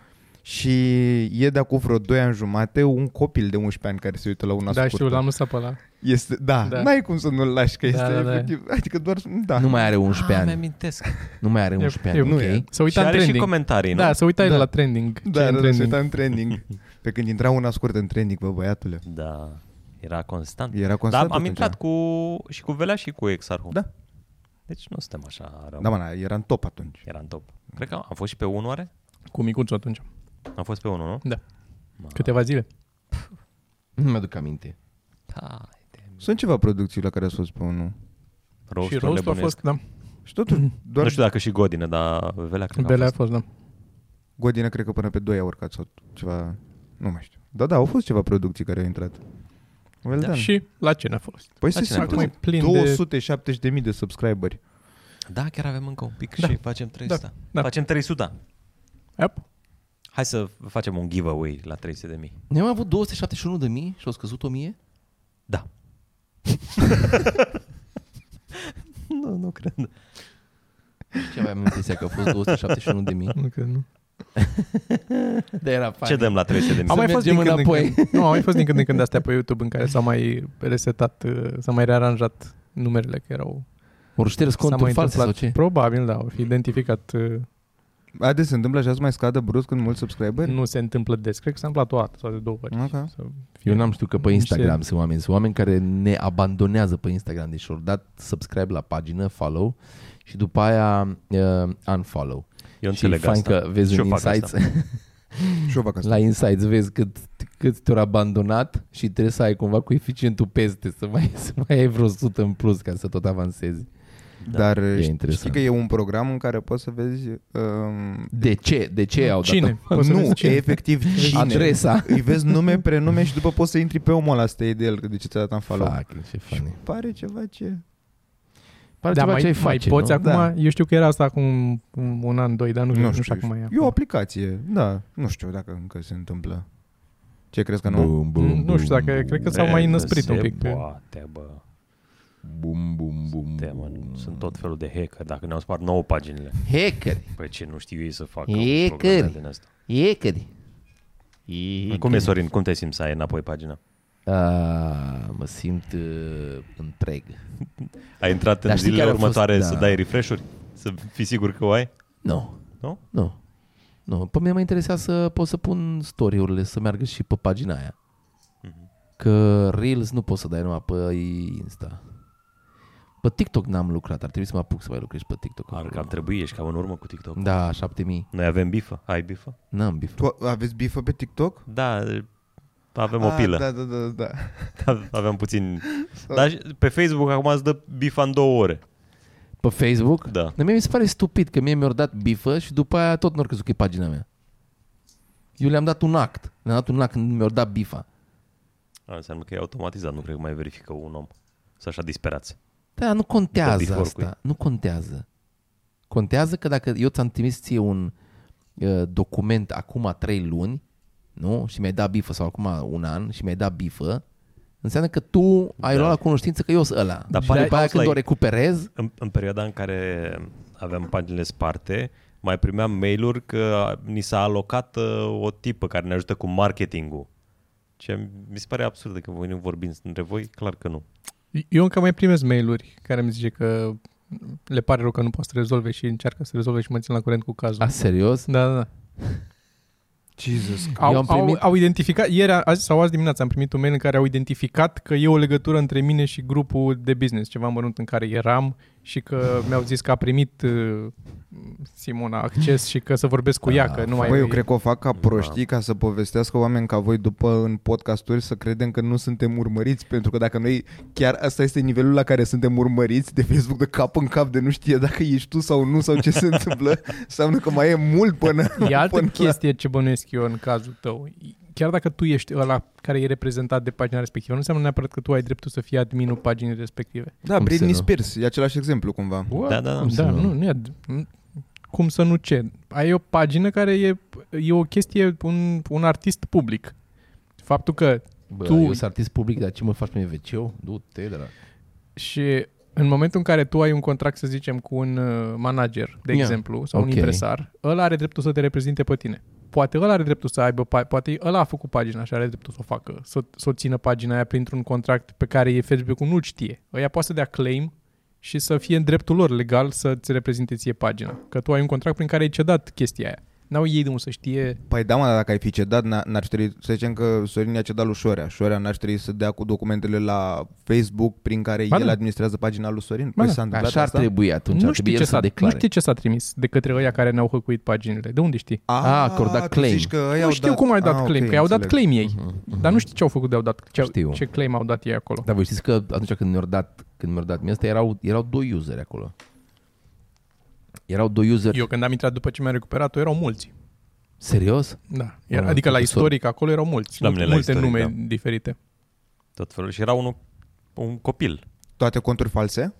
E: Și e de acum vreo 2 ani jumate un copil de 11 ani care se uită la una
D: Da,
E: scurtă.
D: știu, l-am lăsat pe ăla.
E: Este, da, da,
D: Da.
E: n-ai cum să nu-l lași, că
D: Da,
E: este
D: da, da.
E: efectiv, adică doar, da.
B: Nu mai are
A: Ah,
B: 11 ani.
A: mi-amintesc.
B: Nu mai are
D: E-
B: 11
D: e-
B: ani,
E: nu
B: ok?
E: e.
D: Să
A: Și
D: uita în
A: are și
D: trending.
A: comentarii, nu?
D: da, să uita
E: Da.
D: da. la trending. ce e
E: da,
D: în
E: da, da, se
D: trending.
E: uita în trending. Pe când intra una scurtă în trending, bă, băiatule.
A: Da, era constant.
E: Era
A: Dar
E: constant
A: am, am
E: atunci.
A: intrat cu, și cu Velea și cu Exarhu.
E: Da.
A: Deci nu suntem așa rău.
E: Da, mă, na, era în top atunci.
A: Era în top. Cred că am fost și pe 1, oare?
D: Cu micuțul atunci.
A: Am fost pe 1, nu?
D: Da.
A: Ma.
D: Câteva zile.
B: Nu mi-aduc aminte.
A: Da. de-
E: Sunt ceva producții la care a fost pe unul.
D: și
A: Roasturile
D: roastul a
A: bănuiesc.
D: fost, da.
E: Și totuși, doar
A: Nu știu dacă și Godină, dar Velea cred că a
D: Belea a
A: fost.
D: fost, da.
E: Godină cred că până pe 2 a urcat sau ceva, nu mai știu. Da, da, au fost ceva producții care au intrat. Well
A: Da.
E: done.
D: Și la cine a fost?
E: păi
A: la
E: se
A: cine a
E: simte
D: Acum e
A: fost?
D: plin de...
E: 270.000 de... de subscriberi.
A: Da, chiar avem încă un pic
D: Da.
A: și facem 300.
D: Da.
A: Facem 300.
D: Yep.
A: Hai să facem un giveaway la 300 de mii.
B: Ne-am avut 271 de mii și au scăzut 1000?
A: Da. nu, nu cred.
B: Și aveam impresia că au fost 271 de mii.
D: Nu cred, nu.
B: Dar era fain.
A: Ce dăm la 300 de
B: Am
A: mii?
D: Să
B: mai fost din
D: mergem
B: când în
D: înapoi. Nu, au mai fost din când în când astea pe YouTube în care s-au mai resetat, uh, s-au mai rearanjat numerele că erau...
B: Ori șters
D: S-a mai
B: conturi false sau
D: întâmplat-
B: ce?
D: Probabil, da, au fi identificat. uh,
E: Ades se întâmplă așa să mai scadă brusc când mulți subscriberi?
D: Nu se întâmplă des. Cred că s-a întâmplat o dată sau de două ori.
E: Ok.
D: Sau-
B: Eu n-am știut că pe
D: Nu
B: Instagram sunt oameni. Sunt oameni care ne abandonează pe Instagram. Deci au dat subscribe la pagină, follow și după aia uh, unfollow.
A: Eu
B: și
A: înțeleg
B: fain
A: asta.
B: că vezi
A: Și
B: un
A: eu fac
B: insights,
E: Și eu fac asta.
B: la insights vezi cât, cât te-au abandonat și trebuie să ai cumva coeficientul peste să mai, să mai ai vreo 100 în plus ca să tot avansezi.
D: Da.
E: Dar știi
B: interesant.
E: că e un program în care poți să vezi... Um,
B: De ce? De ce au dat
D: Cine? Poți să
E: nu,
D: vezi
E: e
D: cine?
E: efectiv cine.
B: adresa?
E: Îi vezi nume, prenume și după poți să intri pe omul ăla să te iei de el, că de ce ți-a dat un follow.
B: Fuck, ce funny.
E: Pare ceva ce...
B: Pare
D: Da,
B: ceva
D: mai,
B: ce ai
D: mai
B: face,
D: poți
B: nu?
D: acum?
E: Da.
D: Eu știu că era asta acum un, un an, doi, dar nu, nu știu acum e.
E: E o aplicație, da. Nu știu dacă încă se întâmplă. Ce crezi că nu?
B: Bum, bum,
D: Nu știu
B: bum,
D: dacă-
B: bum.
D: cred că s-au mai
A: Cred că
D: înăsprit un
A: se
D: pic.
A: Poate, bă.
B: Bum, bum, bum.
A: Te, mă, sunt tot felul de hacker, dacă ne-au spart nouă paginile.
B: Hackeri.
A: Păi ce nu știu ei să facă
B: E
A: programele
B: câri.
A: din asta.
B: Hackeri.
A: Cum e, Sorin? Cum te simți să ai înapoi pagina?
B: Ah, mă simt uh, întreg.
A: Ai intrat
B: Dar
A: în
B: știi
A: zilele
B: care au fost-
A: următoare
B: da.
A: să dai refresh-uri? Să fii sigur că o ai?
B: Nu,
A: Nu?
B: nu. Nu, Păi pe mine mă interesa să pot să pun story-urile să meargă și pe pagina aia. Că Reels nu poți să dai numai pe Insta. Pe TikTok n-am lucrat, ar trebui să mă apuc să mai lucrez pe TikTok.
A: Ar, că
B: acolo.
A: ar trebui, ești ca în urmă cu TikTok.
B: Da, 7000.
A: Noi avem bifă? Ai bifă?
B: N-am bif.
E: Tu aveți bifă pe TikTok?
A: Da, avem o pilă.
E: Ah, da, da, da, da.
A: Da, Aveam puțin... Dar și pe Facebook acum îți dă bifa în două ore.
B: Pe Facebook?
A: Da.
B: Dar mie mi se pare stupid că mie mi-au dat bifă și după aia tot n-au crezut că e pagina mea. Eu le-am dat un act. Le-am dat un act când mi-au dat bifa.
A: A, înseamnă că e automatizat, nu cred că mai verifică un om. Să așa disperați.
B: Da, nu
A: Dă
B: contează
A: bif oricui.
B: asta. Nu contează. Contează că dacă eu ți-am trimis ție un uh, document acum trei luni, nu? Și mi-ai dat bifă sau acum un an și mi-ai dat bifă, înseamnă că tu ai
A: Da.
B: luat la cunoștință că eu sunt ăla.
A: Dar
B: Dar și
A: pare-
B: după aia când
A: like-
B: o recuperez,
A: În, în perioada în care aveam paginile sparte, mai primeam mail-uri că ni s-a alocat uh, o tipă care ne ajută cu marketingul. Ce mi se pare absurd că voi nu vorbim între voi, clar că nu.
D: Eu încă mai primesc mail-uri care mi zice că le pare rău că nu poate să rezolve și încearcă să rezolve și mă țin la curent cu cazul.
B: a, serios?
D: Da, da, da.
E: Jesus.
D: Au,
B: Eu
D: au,
B: am primit-
D: au identificat, ieri a- azi, sau azi dimineața am primit un mail în care au identificat că e o legătură între mine și grupul de business, ceva mărunt în care eram și că mi-au zis că a primit uh, Simona acces și că să vorbesc cu ea, că nu mai
E: Da, Băi, eu cred că o fac ca proștii ca să povestească oameni ca voi după în podcasturi să credem că nu suntem urmăriți, pentru că dacă noi chiar asta este nivelul la care suntem urmăriți de Facebook de cap în cap, de nu știe dacă ești tu sau nu sau ce se întâmplă, înseamnă că mai e mult până...
D: E altă
E: până la-
D: chestie ce bănuiesc eu în cazul tău. Chiar dacă tu ești ăla care e reprezentat de pagina respectivă, nu înseamnă neapărat că tu ai dreptul să fii adminul paginii respective.
E: Da,
B: Cum
E: Britney
B: să nu?
E: Spears, e același exemplu cumva.
A: What? Da, da, da.
D: Cum da,
B: să nu?
D: nu, nu e, ad- cum să nu ce? Ai o pagină care e, e o chestie, un, un artist public. Faptul că
B: Bă,
D: Tu-
B: tu... eu sunt artist public, dar ce mă faci pe mine veceu? Du-te de la...
D: Și în momentul în care tu ai un contract, să zicem, cu un uh, manager, de
B: Ia.
D: exemplu, sau
B: Ok.
D: un impresar, ăla are dreptul să te reprezinte pe tine. Poate ăla are dreptul să aibă, pa- poate ăla a făcut pagina și are dreptul să o facă, să, să o țină pagina aia printr-un contract pe care e Facebook-ul nu-l știe. Ăia poate să dea claim și să fie în dreptul lor legal să-ți reprezinte ție pagina. Că tu ai un contract prin care ai cedat chestia aia. N-au ei de unde să știe
E: Păi da, mă, dar dacă ai fi cedat, n- n-ar fi trebui, să zicem că Sorin i-a cedat lui Șorea. Șorea n-ar fi trebui să dea cu documentele la Facebook prin care
D: Ba
E: el
D: da.
E: administrează pagina lui Sorin.
D: Ba
E: Păi
D: da.
E: s-a întâmplat
B: Așa ar
E: asta?
B: trebui atunci,
D: nu
B: ar
D: știi,
B: trebui
D: ce
B: el să
D: s-a, nu
B: declare.
D: știi ce s-a trimis de către ăia care ne-au hăcuit paginile. De unde știi?
B: A, acordat
E: tu
B: claim.
E: zici că ei
D: Nu
E: au
D: știu
E: dat-
D: cum ai dat
E: Ah,
D: claim,
E: ok,
D: că i-au dat
E: înțeleg.
D: claim ei. Dar nu știu ce au făcut de au dat, ce,
B: Știu.
D: ce claim au dat ei acolo.
B: Dar voi știți că atunci când mi-au dat, când mi-au dat mie asta, erau, erau doi useri acolo. Erau doi useri.
D: Eu când am intrat după ce mi-am recuperat-o, erau mulți.
B: Serios?
D: Da. Era,
B: Ah,
D: adică la
B: profesor.
D: istoric acolo erau mulți.
A: La
D: Mult,
A: mine
D: multe
A: la istoric,
D: nume
A: da.
D: diferite.
A: Tot felul. Și era unul, un copil.
E: Toate conturi false?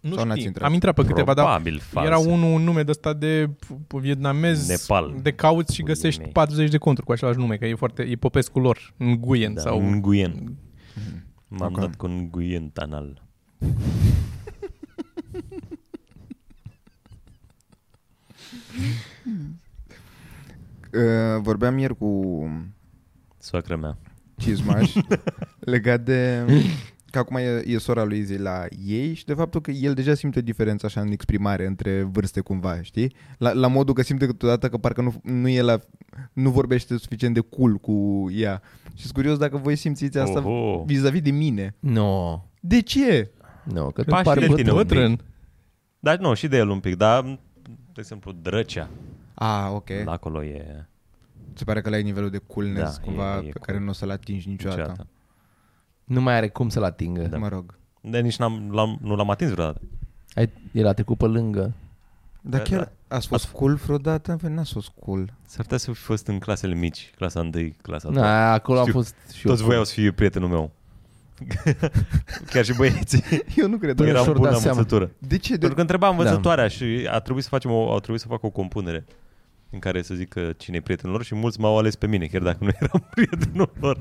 D: Nu
E: Sau n-ați
D: știu.
E: intrat?
D: Am intrat pe câteva, dar
A: Probabil fals.
D: era unul un nume de ăsta de p- vietnamez,
A: Nepal.
D: de cauți și
A: Puii
D: găsești
A: mei.
D: 40 de conturi cu același nume, că e foarte e popescul lor, în Guyen
A: da,
D: sau...
A: Un guien. M-am
E: Ok.
A: dat cu un guien tanal.
E: Uh, vorbeam ieri cu
A: Soacră mea.
E: Cizmaș legat de că acum e, e sora lui Izzy la ei și de faptul că el deja simte diferența așa în exprimare între vârste cumva, știi? La, la modul că simte câteodată că parcă nu, nu e la nu vorbește suficient de cool cu ea. Și sunt curios dacă voi simțiți asta
A: Oho.
E: vis-a-vis de mine.
B: Nu. No.
E: De ce?
B: Nu, no, că
A: Pași
B: pare
A: de tine un pic.
B: bătrân.
A: Dar nu, și de el un pic, dar, de exemplu, Drăcea,
E: Ah, ok.
A: de acolo e
E: Se pare că la ai nivelul de coolness
A: Da,
E: da, cumva
A: e- e
E: e, e pe
A: cool.
E: care nu o să-l atingi niciodată.
A: ceata.
E: niciodată.
B: Nu mai are cum să-l atingă.
A: Da.
B: Da.
E: Mă rog.
A: De nici n-am, l-am, nu l-am atins vreodată.
B: Ai, el a trecut pe lângă.
E: Dar
A: Da,
E: chiar ați fost cool vreodată? Păi N-ați fost cool.
A: S-ar putea să fi fost în clasele mici, clasa 1, clasa
D: Da,
A: 2.
B: Na, acolo
A: Știu.
B: am fost și eu.
A: Toți voiau să fie prietenul meu. Chiar și băieții.
E: Eu nu cred.
B: Până
A: Eram
B: și-or
A: bun
B: da
A: la
B: seama.
A: învățătură.
E: De ce? De...
A: Pentru că întreba
B: Da.
A: învățătoarea și a trebuit să, facem o, a trebuit să fac o compunere în care să zic că cine e prietenul lor și mulți m-au ales pe mine, chiar dacă nu eram prietenul lor.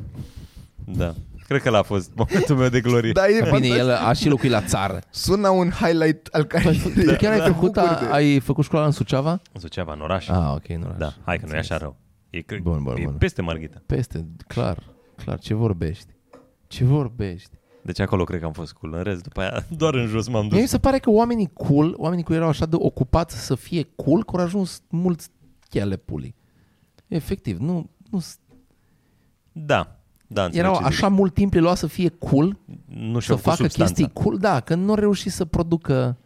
A: Da. Cred că l-a fost momentul meu de glorie.
E: Da, e
B: Bine,
E: fantastic.
B: el a și locuit la țară.
E: Sună un highlight al
B: Păi,
E: carierei.
B: tu chiar ai
E: da. Mă
B: făcut,
E: bucur de-
B: a, ai făcut școala în Suceava?
A: În Suceava, în oraș.
B: Ah, ok, nu oraș.
A: da, hai că nu e așa rău. E, cred,
B: Bun, bun,
A: e
B: bun.
A: peste Marghita.
B: Peste, clar, clar, ce vorbești? Ce vorbești?
A: Deci acolo cred că am fost cool. În rest, după aia, doar în jos m-am
B: Mie mi
A: dus.
B: se pare că oamenii cool, oamenii cool erau așa de ocupați să fie cool că au ajuns mulți cheale pulii. Efectiv, nu, nu s-
A: Da, da, înțeleg
B: erau
A: ce zici.
B: așa mult timp le lua să fie cool,
A: Nu
B: să
A: știu, cu
B: facă
A: substanța.
B: chestii cool, da, că nu au reușit să producă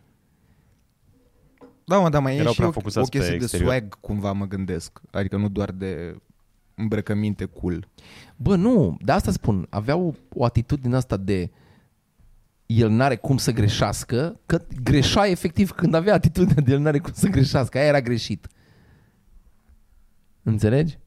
E: Da, mă, dar mai
A: Erau
E: e și
A: prea
E: o, o
A: focusați pe
E: chestie de
A: exterior.
E: swag, cumva mă gândesc. Adică nu doar de îmbrăcăminte cool.
B: Bă, nu, de asta spun, aveau o atitudine asta de el n-are cum să greșească, că greșea efectiv când avea atitudinea de el n-are cum să greșească, aia era greșit. Înțelegi?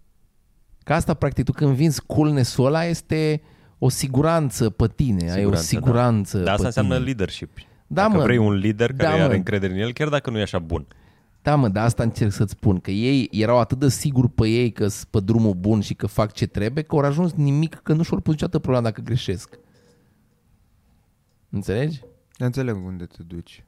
B: Ca asta, practic, tu când vinzi coolness-ul ăla este o siguranță pe tine, ai o
A: Siguranță,
B: siguranță
A: Da,
B: pe
A: asta înseamnă
B: tine.
A: leadership.
B: Da,
A: Dacă
B: mă.
A: vrei un lider care
B: Da, mă.
A: are încredere în el, chiar dacă nu e așa bun.
B: Da, mă, dar asta încerc să-ți spun, că ei erau atât de siguri pe ei că sunt pe drumul bun și că fac ce trebuie, că au ajuns nimic, că nu și-au pus niciodată problema dacă greșesc. Înțelegi?
E: Înțeleg unde te duci.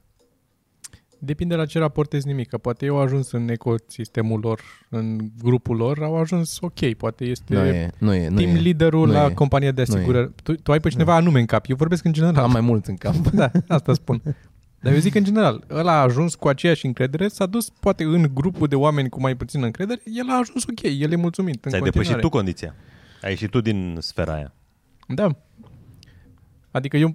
D: Depinde la ce raportezi nimic, că poate eu au ajuns în ecosistemul lor, în grupul lor, au ajuns ok, poate este
E: Da.
B: Nu e, nu e, nu
D: team
B: e.
D: leaderul
B: Nu
D: la
B: e.
D: compania de
B: Nu e.
D: asigurări. Tu, tu ai pe cineva anume în cap, eu vorbesc în general.
B: Am mai mult în cap.
D: Da, asta spun. Dar eu zic în general, ăla a ajuns cu aceeași încredere, s-a dus poate în grupul de oameni cu mai puțină încredere, el a ajuns ok, el e mulțumit în
A: Ți-ai
D: continuare.
A: depășit tu condiția. Ai ieșit tu din sfera aia.
D: Da. Adică eu, m-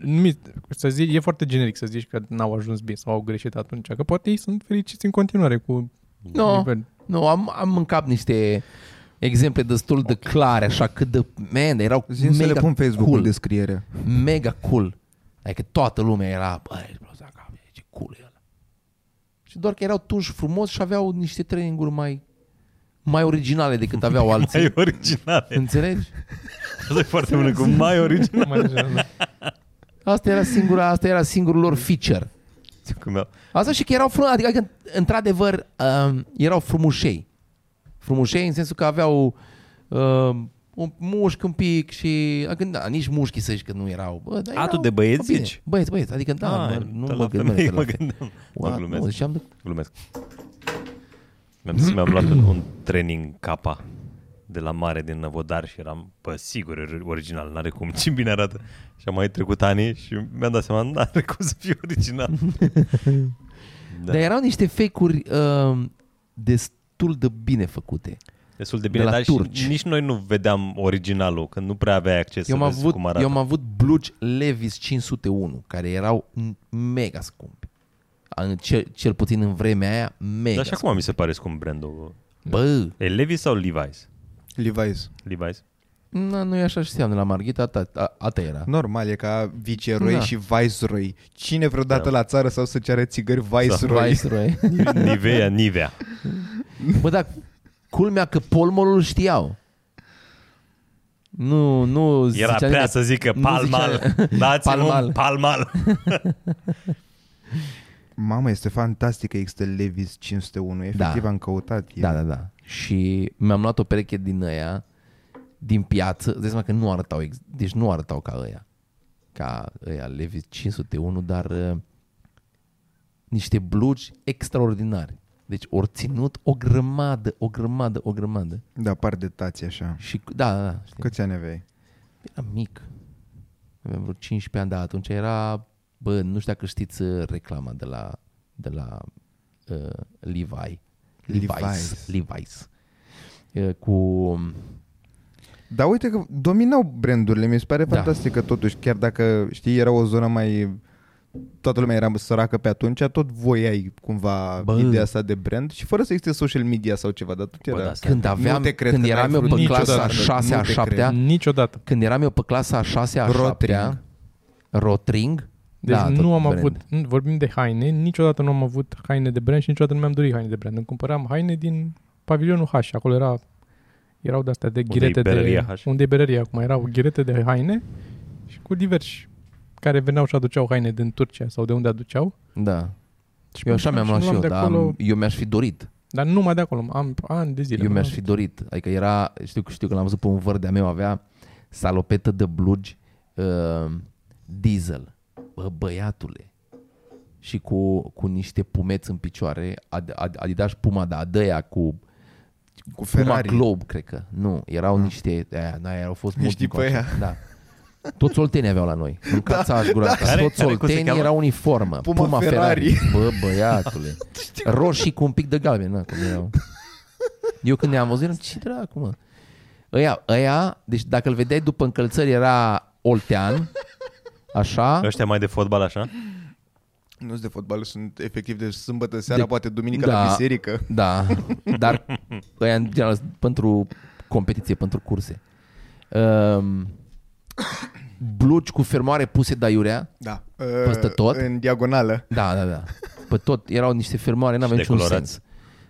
D: nu mi- să zic, e foarte generic să zici că n-au ajuns bine sau au greșit atunci, că poate ei sunt fericiți în continuare cu
B: Nu, no,
D: nivel.
B: nu am, am în cap niște exemple destul de clare, așa cât de... Man, erau
E: Zim să
B: mega
E: le pun Facebook
B: cool,
E: în descriere.
B: mega cool. Adică toată lumea era, bă, ești prost la cap, ce cool e ăla. Și doar că erau tunși frumos și aveau niște training-uri mai, mai originale decât aveau alții.
A: Mai original.
B: Înțelegi?
A: Asta e foarte bun cu mai original.
D: Mai general.
B: Asta era, singura, asta era singurul lor feature.
A: Cum e-
B: Asta și că erau frumos, adică că, într-adevăr um, erau frumușei. Frumușei în sensul că aveau um, un mușchi un pic și adică, da, nici mușchii să zici că nu erau. Bă, dar
A: A,
B: erau,
A: tu de băieți
B: bine,
A: zici?
B: Băieți, băieți, adică da,
A: Ah,
B: mă, nu
A: de
B: mă
A: la
B: gândeam.
A: femei
B: la
A: mă
B: fel.
A: gândeam. Mă
B: What? Nu,
A: glumesc.
B: ziceam de...
A: Glumesc. Mi-am, zis, mi-am luat un, un training capa de la mare din Năvodar și eram, bă, sigur, or- original, n-are cum, ce bine arată. Și am mai trecut ani și mi-am dat seama, n-are cum să fie original.
B: da.
A: Da.
B: Dar erau niște fake-uri um, destul de bine făcute.
A: Destul de bine,
B: De la
A: dar
B: turci.
A: și nici noi nu vedeam originalul, că nu prea aveai acces
B: Eu am,
A: să vezi
B: avut,
A: cum arată.
B: eu am avut blugi Levis 501, care erau n- mega scumpi. În Cel, cel puțin în vremea aia, mega
A: dar și acum mi se pare scump brandul.
B: Bă,
A: E Levi's sau Levi's?
E: Levi's.
A: Levi's?
B: na, nu e așa și seamănă la Marghita, ata, a, ata era.
E: Normal, e ca viceroy
B: Da.
E: și viceroy. Cine vreodată
A: Da.
E: la țară sau să ceară țigări viceroy?
B: Viceroy.
A: Nivea, Nivea.
B: Bă, dar culmea că polmolul îl știau. Nu, nu
A: Era
B: zicea
A: prea
B: nimeni-
A: să zică
B: nu
A: palmal, dați palmal. un
B: Palmal.
A: palmal.
E: Mamă, este fantastic că există Levi's 501. Efectiv am căutat. E
B: Da, da, da. Și mi-am luat o pereche din aia, din piață. Îți dai seama că nu arătau, ex- deci nu arătau ca aia. Ca aia Levis 501, dar uh, niște blugi extraordinare. Deci ori ținut o grămadă, o grămadă, o grămadă.
E: da, par de tați așa.
B: Și cu- da, da, da știi.
E: Câți ani aveai?
B: Era Păi, mic. Aveam vreo 15 ani, da, atunci era, bă, nu știu dacă știți uh, reclama de la, de la uh, Levi. Levi's.
E: Levi's.
B: Levi's. Uh, cu...
E: Dar uite că dominau brandurile, mi se pare
B: Da.
E: fantastic că totuși, chiar dacă, știi, era o zonă mai... Toată lumea era săracă pe atunci, tot voiai cumva
B: Bă.
E: Bă. ideea asta de brand și fără să existe social media sau ceva, dar tot
A: Bă,
E: era...
A: da, asta-
B: Când aveam,
E: Nu te cred
B: când
E: că
B: eram eu
E: n-ai
B: pe
E: vrut
B: clasa a
E: niciodată.
B: 6 a
E: Nu te
B: 7
E: cred.
D: Niciodată.
B: când eram eu pe clasa a 6 a 7
E: Rotring.
B: Rotring.
D: Deci
B: da,
D: da,
B: tot
D: nu am
B: brand.
D: avut, n- vorbim de haine, niciodată nu am avut haine de brand și niciodată nu mi-am dorit haine de brand. Îmi cumpăram haine din pavilionul H, acolo era, erau de-astea de
A: Unde-i
D: ghirete
A: berăria
D: de...
A: H?
D: Unde e berăria acum? Erau ghirete de haine și cu diversi care veneau și aduceau haine din Turcia sau de unde aduceau.
B: Da.
D: Și
B: Eu așa mi-am luat și eu,
D: de
B: dar
D: acolo,
B: am- eu mi-aș fi dorit.
D: Dar numai de acolo, am ani de zile.
B: Eu mi-aș
D: am-
B: fi dorit, adică era, știu, știu că l-am văzut pe un văr de-a meu, avea salopetă de blugi uh, diesel. Bă, băiatule. Și cu, cu niște pumeți în picioare, ad, ad, Adidas Puma, dar adăia cu
E: Cu
B: Puma
E: Ferrari.
B: Globe, cred că. Nu, erau da. niște, aia, aia, au fost
E: Niște
B: mult
E: pe
B: încoace. Da. Toți oltenii aveau la noi. În cața da, gura da.
A: Care- care
B: Toți
A: cum se
B: oltenii
A: cheamă?
B: era uniformă.
E: Puma Ferrari.
B: Bă, băiatule. Roșii cu un pic de galben. Na, cum erau. Eu când ne-am văzut, eram, ce dracu, mă? Ăia, ăia, deci dacă îl vedeai după încălțări, era oltean. Așa.
A: Ăștia mai de fotbal, așa?
E: Nu sunt de fotbal, sunt efectiv de sâmbătă seara,
B: De-
E: poate duminică
B: da.
E: la biserică.
B: Da, dar ăia în general sunt pentru competiție, pentru curse. Um, blugi cu fermoare puse de aiurea.
E: Da.
B: Peste tot?
E: În diagonală.
B: Da, da, da. Pe tot erau niște fermoare, n-avea
A: Și
B: niciun
A: decolorați.
B: sens.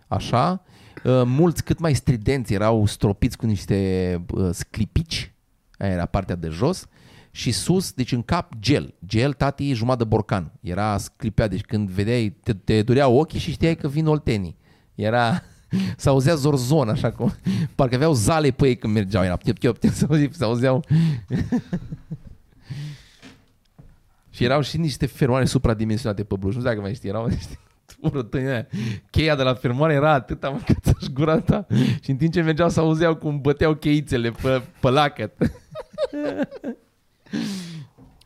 B: Așa. Uh, mulți cât mai stridenți erau stropiți cu niște uh, sclipici. Aia era partea de jos. Și sus, deci în cap, gel. Gel, tati, jumătate de borcan. Era sclipea, deci când vedeai, te, te dureau ochii și știai că vin oltenii. Era... S-auzea zorzon, așa cum... Parcă aveau zale pe ei când mergeau. Era piep, piep, piep, s-auzeau- s-auzeau... Și erau și niște fermoare supradimensionate pe bluș. Nu știu dacă mai știi, erau niște urătăni aia. Cheia de la fermoare era atât am încățat și gura ta. Și în timp ce mergeau să auzeau cum băteau cheițele pe, pe lacăt.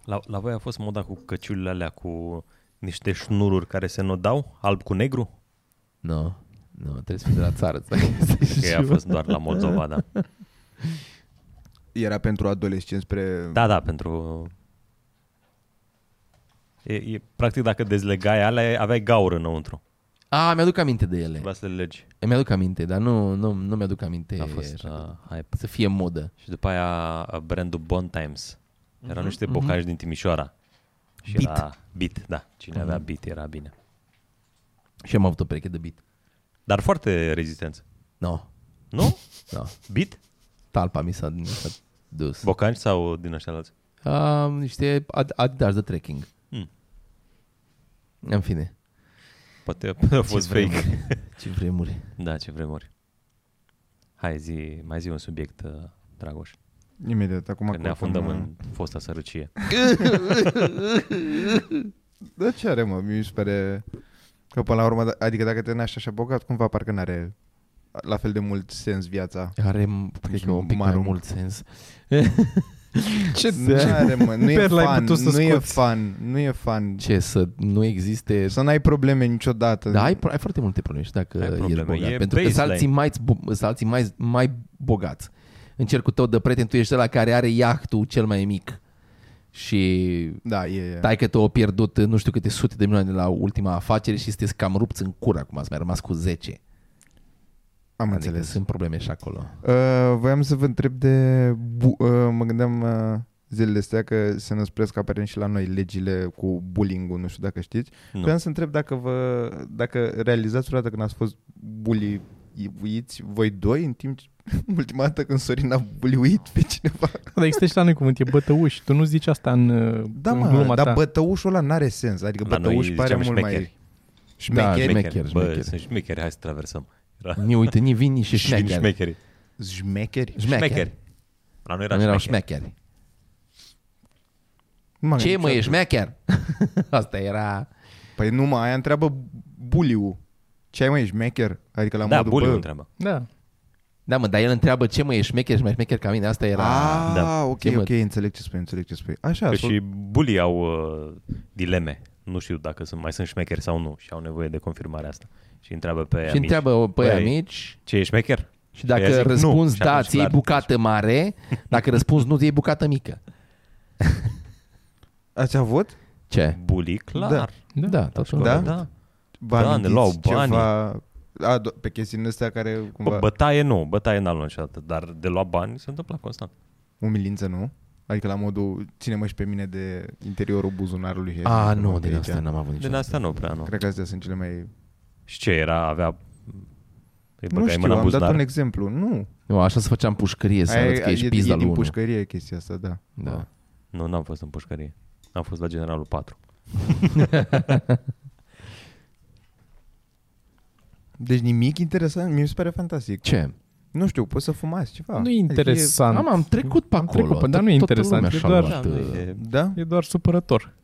A: La, la voi a fost moda cu căciulile alea cu niște șnururi care se nodau, alb cu negru?
B: Nu, no, nu, no, trebuie să fii de la țară. să- să știi
A: Că a
B: ceva.
A: fost doar la Moldova, da.
E: Era pentru adolescenți spre...
A: Da, da, pentru... E, e, practic dacă dezlegai alea, aveai gaură înăuntru.
B: A, mi-aduc aminte de ele.
A: Trebuia să le legi.
B: Mi-aduc aminte, dar nu, nu, nu mi-aduc aminte.
A: A fost
B: așa.
A: uh, hype.
B: Să fie modă.
A: Și după aia uh, brandul Bon Times. Erau niște bocași din Timișoara. Și
B: Beat.
A: era beat, da. Cine avea beat era bine.
B: Și am avut o pereche de beat.
A: Dar foarte rezistenți.
B: Nu, no,
A: Nu?
B: nu. No.
A: Beat?
B: Talpa mi s-a, mi s-a dus.
A: Bocanci sau din ăștia alți?
B: Um, niște ad- adidas de trekking.
A: Hmm.
B: În fine.
A: Poate a fost
B: vrem.
A: fake.
B: Ce vremuri.
A: Da, ce vremuri. Hai, zi, mai zi un subiect, uh, Dragoș.
E: Imediat, acum...
A: Că ne
E: căutăm,
A: afundăm
E: uh,
A: în fosta sărăcie.
E: Da, ce are, mă? Mi se pare că până la urmă, da- adică dacă te naști așa bogat, cumva parcă n-are la fel de mult sens viața.
B: Are, m- cred Păi că, un pic mai
E: Marun.
B: mult sens.
D: Ce
E: Nu are, mă, nu e
D: Perla ai
E: fan,
D: putut să
E: nu e
D: scoți.
E: fan, nu e fan.
B: Ce, să nu existe...
E: Să n-ai probleme niciodată.
B: Da, ai, pro- ai foarte multe probleme și dacă
A: Ai
B: ești
A: probleme,
B: bogat.
A: e
B: pentru că sunt
A: baseline.
B: alții, mai, bu- sunt alții mai, mai bogați. În cercul tău de prieten, tu ești ăla care are iahtul cel mai mic. Și
E: Da, e...
B: tai că tu a pierdut nu știu câte sute de milioane de la ultima afacere și sunteți cam rupți în cur acum, ați mai rămas cu 10.
E: Am
B: Adică
E: înțeles.
B: sunt probleme și acolo.
E: Uh, voiam să vă întreb de... Bu- uh, mă gândeam uh, zilele astea că se năspresc aparent și la noi legile cu bullying nu știu dacă știți.
A: Nu.
E: Vreau să întreb dacă vă dacă realizați vreodată când ați fost buliuiți voi doi în timp ce, ultima dată când Sorin a buliuit pe cineva.
D: Dar există și la noi cuvânt, e bătăuși. Tu nu zici asta în, uh,
E: Da,
D: în
E: mă,
D: gluma
E: dar
D: ta.
E: bătăușul ăla n-are sens. Adică
A: La Da, noi
E: bătăuș pare
A: ziceam
E: mult mai...
A: șmecheri.
E: Șmecheri?
B: Da,
A: Șmecheri.
B: Șmecheri,
A: Bă,
B: șmecheri.
A: sunt șmecheri, hai să traversăm. Era...
B: Ni uite, ni vin, ni și
A: Și vin
B: șmecheri.
A: șmecheri.
E: Șmecheri?
A: Șmecheri. La noi era
B: Nu erau
A: șmecheri.
B: șmecheri.
E: Nu m-am
B: Ce
E: gândit
B: mă,
E: niciodată.
B: ești șmecher? Asta era...
E: Păi nu mă, aia întreabă buliu. Ce ai mă, ești șmecher? Adică la
A: Da,
E: modul...
A: bully
E: bă,
A: întreabă.
D: Da.
B: Da, mă, dar el întreabă ce mă, ești șmecher și mai șmecher ca mine. Asta era...
E: Ah,
A: Da.
E: da. ok,
B: Ce mă- Păi
E: ok, înțeleg ce spui, înțeleg ce spui. Așa,
A: Că
E: sau-
A: și bulii au uh, dileme. Nu știu dacă sunt, mai sunt șmecheri sau nu și au nevoie de confirmarea asta. Și întreabă pe
B: și
A: amici.
B: întreabă pe
A: Băi,
B: amici
A: Ce e șmecher?
B: și dacă
A: ei păi- zic nu.
B: răspunzi
A: Și
B: da,
A: atunci
B: ți iei
A: clar.
B: bucată mare, dacă răspunzi nu, ți iei bucată mică.
E: Ați avut?
B: Ce?
A: Bulii, clar.
E: Da.
B: Da, da tot
A: Școală,
B: da?
E: Da?
A: da.
E: Vă
A: Da, ne
E: amintiți
A: luau
E: ceva... A, do- pe chestiile astea care
A: Bă,
E: cumva... Bă,
A: bătaie nu, bătaie n-a luat niciodată, dar de luat bani se întâmpla constant.
E: umilință, nu? Adică la modul, ține-mă și pe mine de interiorul buzunarului. și
B: A,
E: așa,
B: nu,
E: mă,
B: din
E: aici.
B: asta n-am avut
A: Din
B: niciodată.
A: asta nu prea, nu.
E: Cred că astea sunt cele mai...
A: Și ce era, avea... Îi
E: nu
A: băgai
E: știu,
A: mâna în
E: am dat un
A: buzunar.
E: exemplu. Nu.
B: Nu, așa se făceam pușcărie, să
E: Aia
B: arăți că
E: e-
B: ești
E: e,
B: pizda
E: e
B: lui
E: din
B: unul.
E: pușcărie chestia asta, da.
B: Da.
A: Nu, n-am fost în pușcărie. Am fost la generalul 4.
E: Deci nimic interesant, mi se pare fantastic.
B: Ce?
E: Nu știu, poți să fumați ceva. Adică
D: Nu e interesant.
B: Am, am trecut pe
D: Am
B: acolo.
D: trecut pe- dar
B: Tot-
D: nu e
B: toată
D: interesant,
B: lumea
D: e
B: și-a
D: doar-
B: luat,
A: Da, nu
B: uh,
A: e-
E: Da?
D: E doar supărător.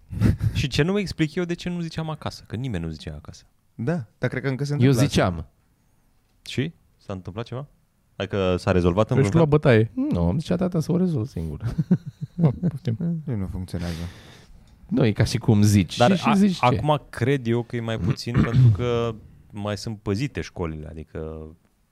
A: Și ce nu mă explic eu de ce nu ziceam acasă, că nimeni nu zicea acasă.
E: Da, dar cred că încă se
B: Eu
E: întâmplă
B: ziceam.
A: Și? S-a întâmplat ceva? Adică s-a rezolvat în
D: Își lua
A: vreun
D: bătaie.
B: Nu, am zicea tata să o rezolv singur.
D: Mă, poftim.
E: asta. Nu funcționează.
B: Nu, e ca și cum zici.
A: Dar
B: și, și
A: a,
B: zici ce?
A: acum cred eu că e mai puțin pentru că mai sunt păzite școlile, adică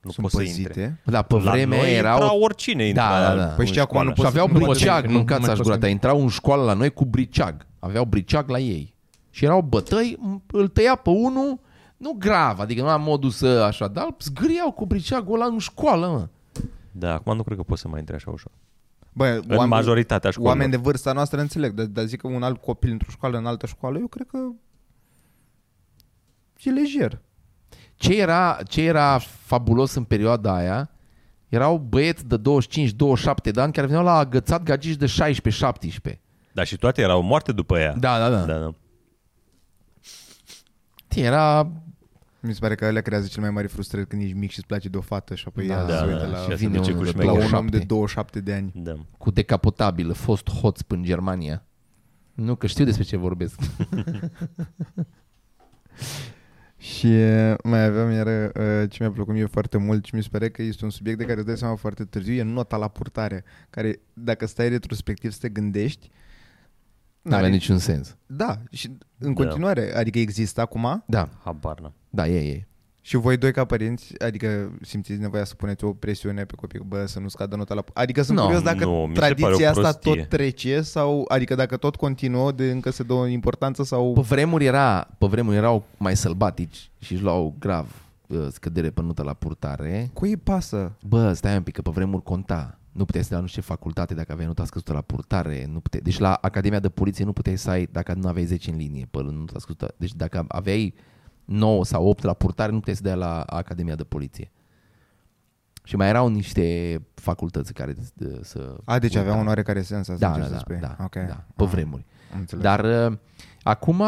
A: nu
E: Sunt
A: poți să intre.
E: păzite.
B: Da, pe
A: La
B: vremea
A: noi
B: erau...
A: intra oricine intra
B: Da, da, da.
A: în
E: Păi și acum
A: școală.
E: nu
B: Și
E: poți
B: aveau
E: nu poți
B: briceag,
D: să- nu
B: mâncați
D: mai
B: aș
D: poți
B: gura ta. Intrau în școală la noi cu briceag. Aveau briceag la ei. Și erau bătăi, m- îl tăia pe unul, nu grav, adică nu am modul să așa, dar îl zgâriau cu briceagul ăla în școală, mă.
A: Da, acum nu cred că poți să mai intri așa ușor.
E: Bă,
A: În majoritatea școlilor.
E: Oameni de vârsta noastră înțeleg, dar, dar zic că un alt copil într-o școală, în altă școală, eu cred că e lejer.
B: Ce era, ce era fabulos în perioada aia, erau băieți de 25-27 de ani care veneau la agățat gagici de 16-17.
A: Dar și toate erau moarte după ea.
B: Da, da, da. da.
A: da, da.
B: Era
E: Mi se pare că alea creează cel mai mari frustrări când ești mic și îți place de o fată și apoi
B: Da,
E: ea
A: da,
E: se uită
A: da,
E: la,
A: și ea se
B: vine
A: duce
B: unul
A: cu
B: de
E: la
A: șmecherii.
E: un om de
B: 27.
E: 27 de ani.
A: Da.
B: cu decapotabilă, fost hoț în Germania. Nu, că știu despre ce vorbesc.
E: Și uh, mai aveam iar uh, ce mi-a plăcut mie foarte mult și mi se pare că este un subiect de care îți dai seama foarte târziu, e nota la purtare, care dacă stai retrospectiv să te gândești,
B: Nu
E: n-are-
B: avea niciun sens.
E: Da, și în
A: Da.
E: continuare, adică există acum
B: Da,
A: Habar n-am.
B: da, e, e.
E: și voi doi ca părinți, adică simțiți nevoia să puneți o presiune pe copii, bă, să nu scadă nota la... Adică sunt
B: Nu,
E: no, curios dacă
A: nu, mi se pare o
E: tradiția asta
A: prostie.
E: tot trece sau, adică dacă tot continuă, de încă se dă o importanță sau...
B: Pe vremuri, era, pe vremuri erau mai sălbatici și își luau grav uh, scădere pe notă la purtare.
E: Cui îi pasă?
B: Bă, stai un pic, că pe vremuri conta. Nu puteai să te la nu știu ce facultate dacă aveai nota scăzută la purtare. Nu puteai. Deci la Academia de Poliție nu puteai să ai dacă nu aveai 10 în linie pe nota scăzută. Deci dacă aveai 9 sau 8 la purtare, nu puteai să dai la Academia de Poliție. Și mai erau niște facultăți în care uh, să...
E: A, deci avea
B: Da.
E: un oarecare sens asta.
B: da,
E: ce
B: da,
E: să
B: da,
E: spui.
B: da,
E: okay.
B: da, pe vremuri.
E: Am înțeles.
B: Dar uh, acum,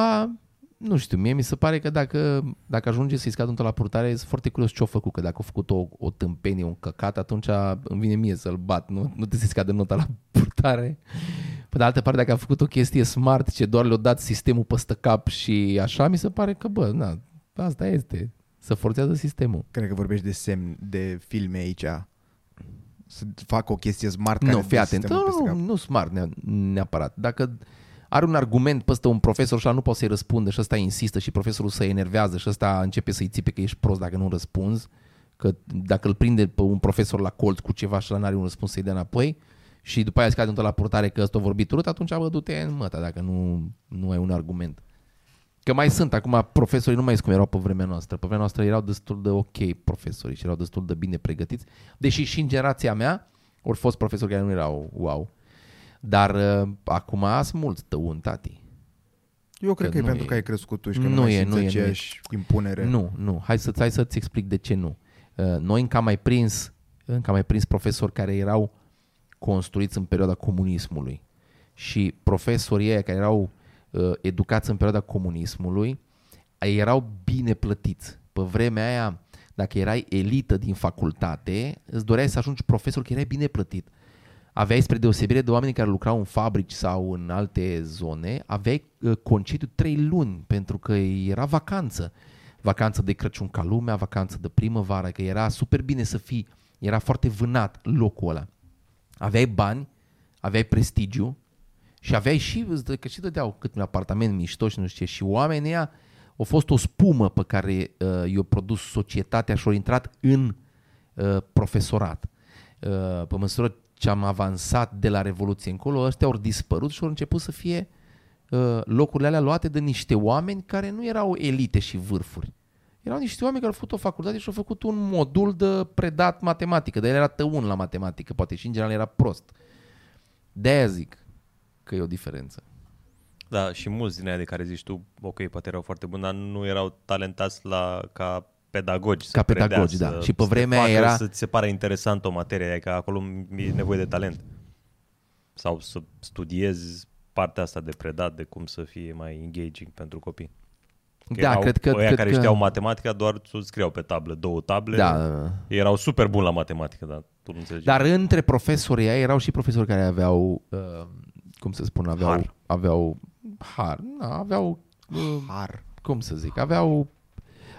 B: nu știu, mie mi se pare că dacă, dacă ajunge să-i scadă într la purtare, sunt foarte curios ce-o făcut, că dacă a făcut o, o tâmpenie, un căcat, atunci uh, îmi vine mie să-l bat, nu, nu te să-i scadă nota la purtare. Pe de altă parte, dacă a făcut o chestie smart, ce doar le-a dat sistemul păstă cap și așa, mi se pare că, bă, na, asta este, să forțează sistemul.
E: Cred că vorbești de semn, de filme aici. Să fac o chestie smart care
B: Nu,
E: îți
B: fii
E: dă
B: atent. Oh,
E: sistemul
B: Nu, nu,
E: peste cap.
B: nu smart ne- neapărat. Dacă are un argument peste un profesor și ăla nu poate să-i răspundă și ăsta insistă și profesorul se enervează și ăsta începe să-i țipe că ești prost dacă nu răspunzi, că dacă îl prinde pe un profesor la colț cu ceva și ăla n-are un răspuns să-i dea înapoi și după aia scade la purtare că ăsta a vorbit urât, atunci bă, du-te în măta dacă nu, nu ai un argument. Că mai sunt acum profesorii, nu mai sunt cum erau pe vremea noastră. Pe vremea noastră erau destul de ok profesorii și erau destul de bine pregătiți. Deși și în generația mea ori fost profesori care nu erau wow. Dar uh, acum sunt mulți tăun, tati.
E: Eu cred
B: că
E: că, e
B: nu
E: pentru
B: e.
E: că ai crescut tu și că
B: Nu
E: nu, mai
B: e,
E: simți
B: nu e, nu e.
E: aceeași impunere.
B: Nu, nu. Hai să hai să-ți explic de ce nu. Uh, noi încă am mai prins, încă am mai prins profesori care erau construiți în perioada comunismului. Și profesorii ăia care erau uh, educați în perioada comunismului ei erau bine plătiți. Pe vremea aia, dacă erai elită din facultate, îți doreai să ajungi profesor că erai bine plătit. Aveai, spre deosebire de oamenii care lucrau în fabrici sau în alte zone, aveai uh, concediu 3 luni pentru că era vacanță. Vacanță de Crăciun ca lumea, vacanță de primăvară, că era super bine să fii, era foarte vânat locul ăla. Aveai bani, aveai prestigiu și aveai și, îți dă- că și dădeau cât un apartament mișto și nu știu ce, și oamenii ăia, a fost o spumă pe care uh, i-a produs societatea și au intrat în uh, profesorat. Uh, pe măsură ce am avansat de la Revoluție încolo, ăștia au dispărut și au început să fie uh, locurile alea luate de niște oameni care nu erau elite și vârfuri. Erau niște oameni care au făcut o facultate și au făcut un modul de predat matematică, dar el era tăun la matematică, poate și în general era prost. De-aia zic că e o diferență.
A: Da, și mulți din aia de care zici tu, ok, poate erau foarte buni, dar nu erau talentați la, ca pedagogi. să
B: Ca
A: predea,
B: pedagogi,
A: să-
B: da. Și pe
A: să te
B: vremea
A: facă
B: era-
A: Să ți se pare interesantă o materie, adică acolo e nevoie de talent. Sau să studiezi partea asta de predat, de cum să fie mai engaging pentru copii. Că
B: Da,
A: erau
B: cred că-
A: Aia
B: cred
A: care
B: că-
A: știau matematica doar îți scriau pe tablă două table.
B: Da, da, da.
A: Erau super buni la matematică, dar tu nu înțelegi.
B: Dar între profesorii ei erau și profesori care aveau, uh, cum să spun, aveau
A: Har.
B: aveau har, na, aveau uh,
E: Har.
B: cum să zic, aveau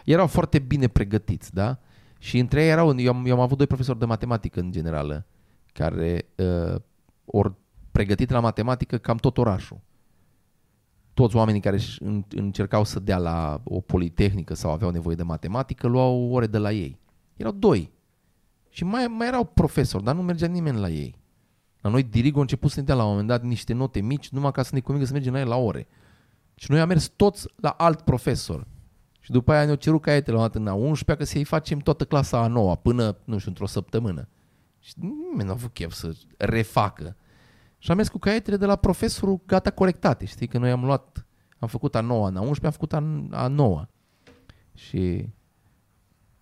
B: erau foarte bine pregătiți, da? Și între ei erau, eu am, eu am avut doi profesori de matematică în generală, care uh, ori pregătit la matematică cam tot orașul. Toți oamenii care își în- încercau să dea la o politehnică sau aveau nevoie de matematică, luau ore de la ei. Erau doi. Și mai, mai erau profesori, dar nu mergea nimeni la ei. La noi Dirigo a început să ne dea la un moment dat niște note mici, numai ca să ne convingă să mergem la el la ore. Și noi am mers toți la alt profesor. Și după aia ne-au cerut caietele la o dată în a 11 că să-i facem toată clasa a 9 până, nu știu, într-o săptămână. Și nimeni n-a avut chef să refacă. Și am mers cu caietele de la profesorul gata corectate. Știi că noi am luat, am făcut a 9 în a 11 am făcut a, a 9 Și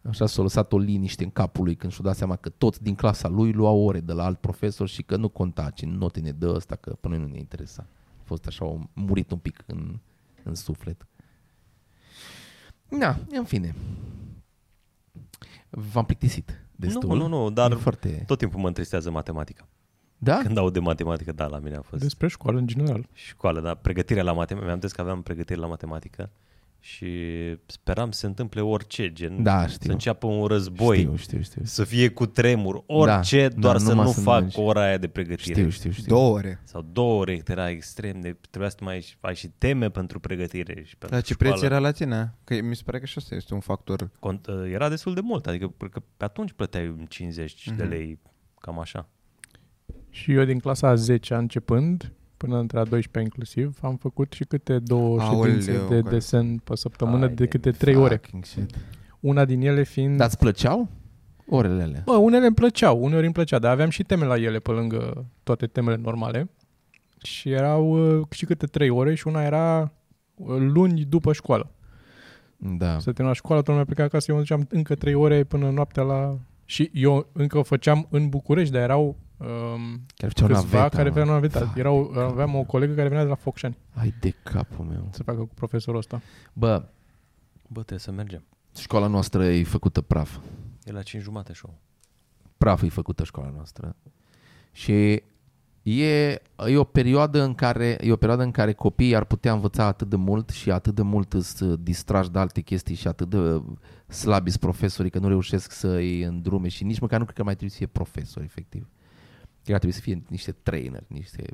B: așa s-a lăsat o liniște în capul lui când și-a dat seama că toți din clasa lui luau ore de la alt profesor și că nu conta ce note ne dă ăsta, că până nu ne interesa. A fost așa, a murit un pic în, în suflet. Da, în fine. V-am plictisit destul.
A: Nu, nu, nu, dar
B: E foarte...
A: tot timpul mă întristează matematica.
B: Da?
A: Când aud de matematică, da, la mine a fost
D: Despre școală în general.
A: școală, dar pregătirea la matematică, mi-am zis că aveam pregătire la matematică și speram să se întâmple orice, gen
B: Da,
A: să
B: știu.
A: înceapă un război,
B: Știu, știu, știu.
A: să fie cu tremur, orice,
B: da,
A: doar să
B: numai
A: nu
B: să nu
A: fac
B: mergi.
A: ora aia de pregătire.
B: Știu, știu, știu.
E: Două ore.
A: Sau două ore, era extrem de, trebuia să mai ai și- ai și teme pentru pregătire și
B: Da,
A: pentru
E: Dar ce
A: școală.
E: preț era la tine? Că mi se pare că și asta este un factor.
A: Cont, ă, era destul de mult, adică cred că pe atunci plăteai 50 mm-hmm.
B: Mhm.
A: de lei, cam așa.
D: Și eu din clasa a 10 începând, până între a 12 inclusiv, am făcut și câte două
E: Aoleu,
D: ședințe de
E: corect.
D: desen pe săptămână
A: Hai
D: de
A: de
D: câte 3 ore.
B: Fucking shit.
D: Una din ele fiind...
B: Dar îți plăceau orele alea?
D: Bă, unele îmi plăceau, uneori îmi plăcea, dar aveam și teme la ele pe lângă toate temele normale. Și erau uh, și câte trei ore și una era uh, luni după școală.
B: Da.
D: Să termina școala, toată lumea pleca acasă, eu mă duceam încă trei ore până noaptea la... Și eu încă o făceam în București, dar erau um,
B: Chiar făceau
D: câțiva
B: naveta,
D: care
B: mă.
D: veneau la veta.
B: Fuck.
D: Erau, aveam o colegă care venea de la Focșani
B: Hai de capul meu.
D: să facă cu profesorul ăsta.
B: Bă,
A: Bă, trebuie să mergem.
B: școala noastră e făcută praf.
A: E la 5 jumate show.
B: praf e făcută școala noastră. Și e, e, o perioadă în care, e o perioadă în care copiii ar putea învăța atât de mult și atât de mult îți uh, distrași de alte chestii și atât de uh, slabi sunt profesorii că nu reușesc să îi îndrume și nici măcar nu cred că mai trebuie să fie profesori efectiv. Cred că ar trebui să fie niște trainer, niște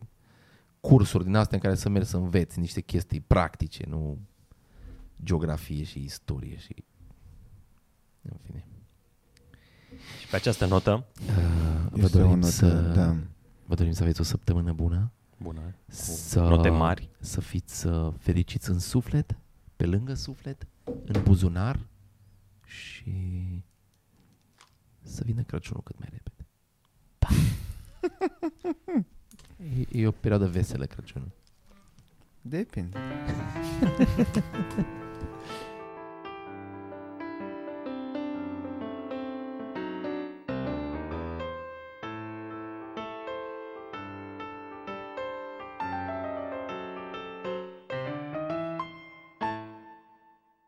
B: cursuri din astea în care să mergi să înveți niște chestii practice, nu geografie și istorie și în fine.
A: Și pe această notă,
B: Vă dorim să...
E: da.
B: Vă dorim să aveți o săptămână bună,
A: bună, cu
B: Să-
A: note mari,
B: să fiți uh, fericiți în suflet, pe lângă suflet, în buzunar și să vină Crăciunul cât mai repede. Pa! e, e o perioadă veselă Crăciunul.
E: Depinde.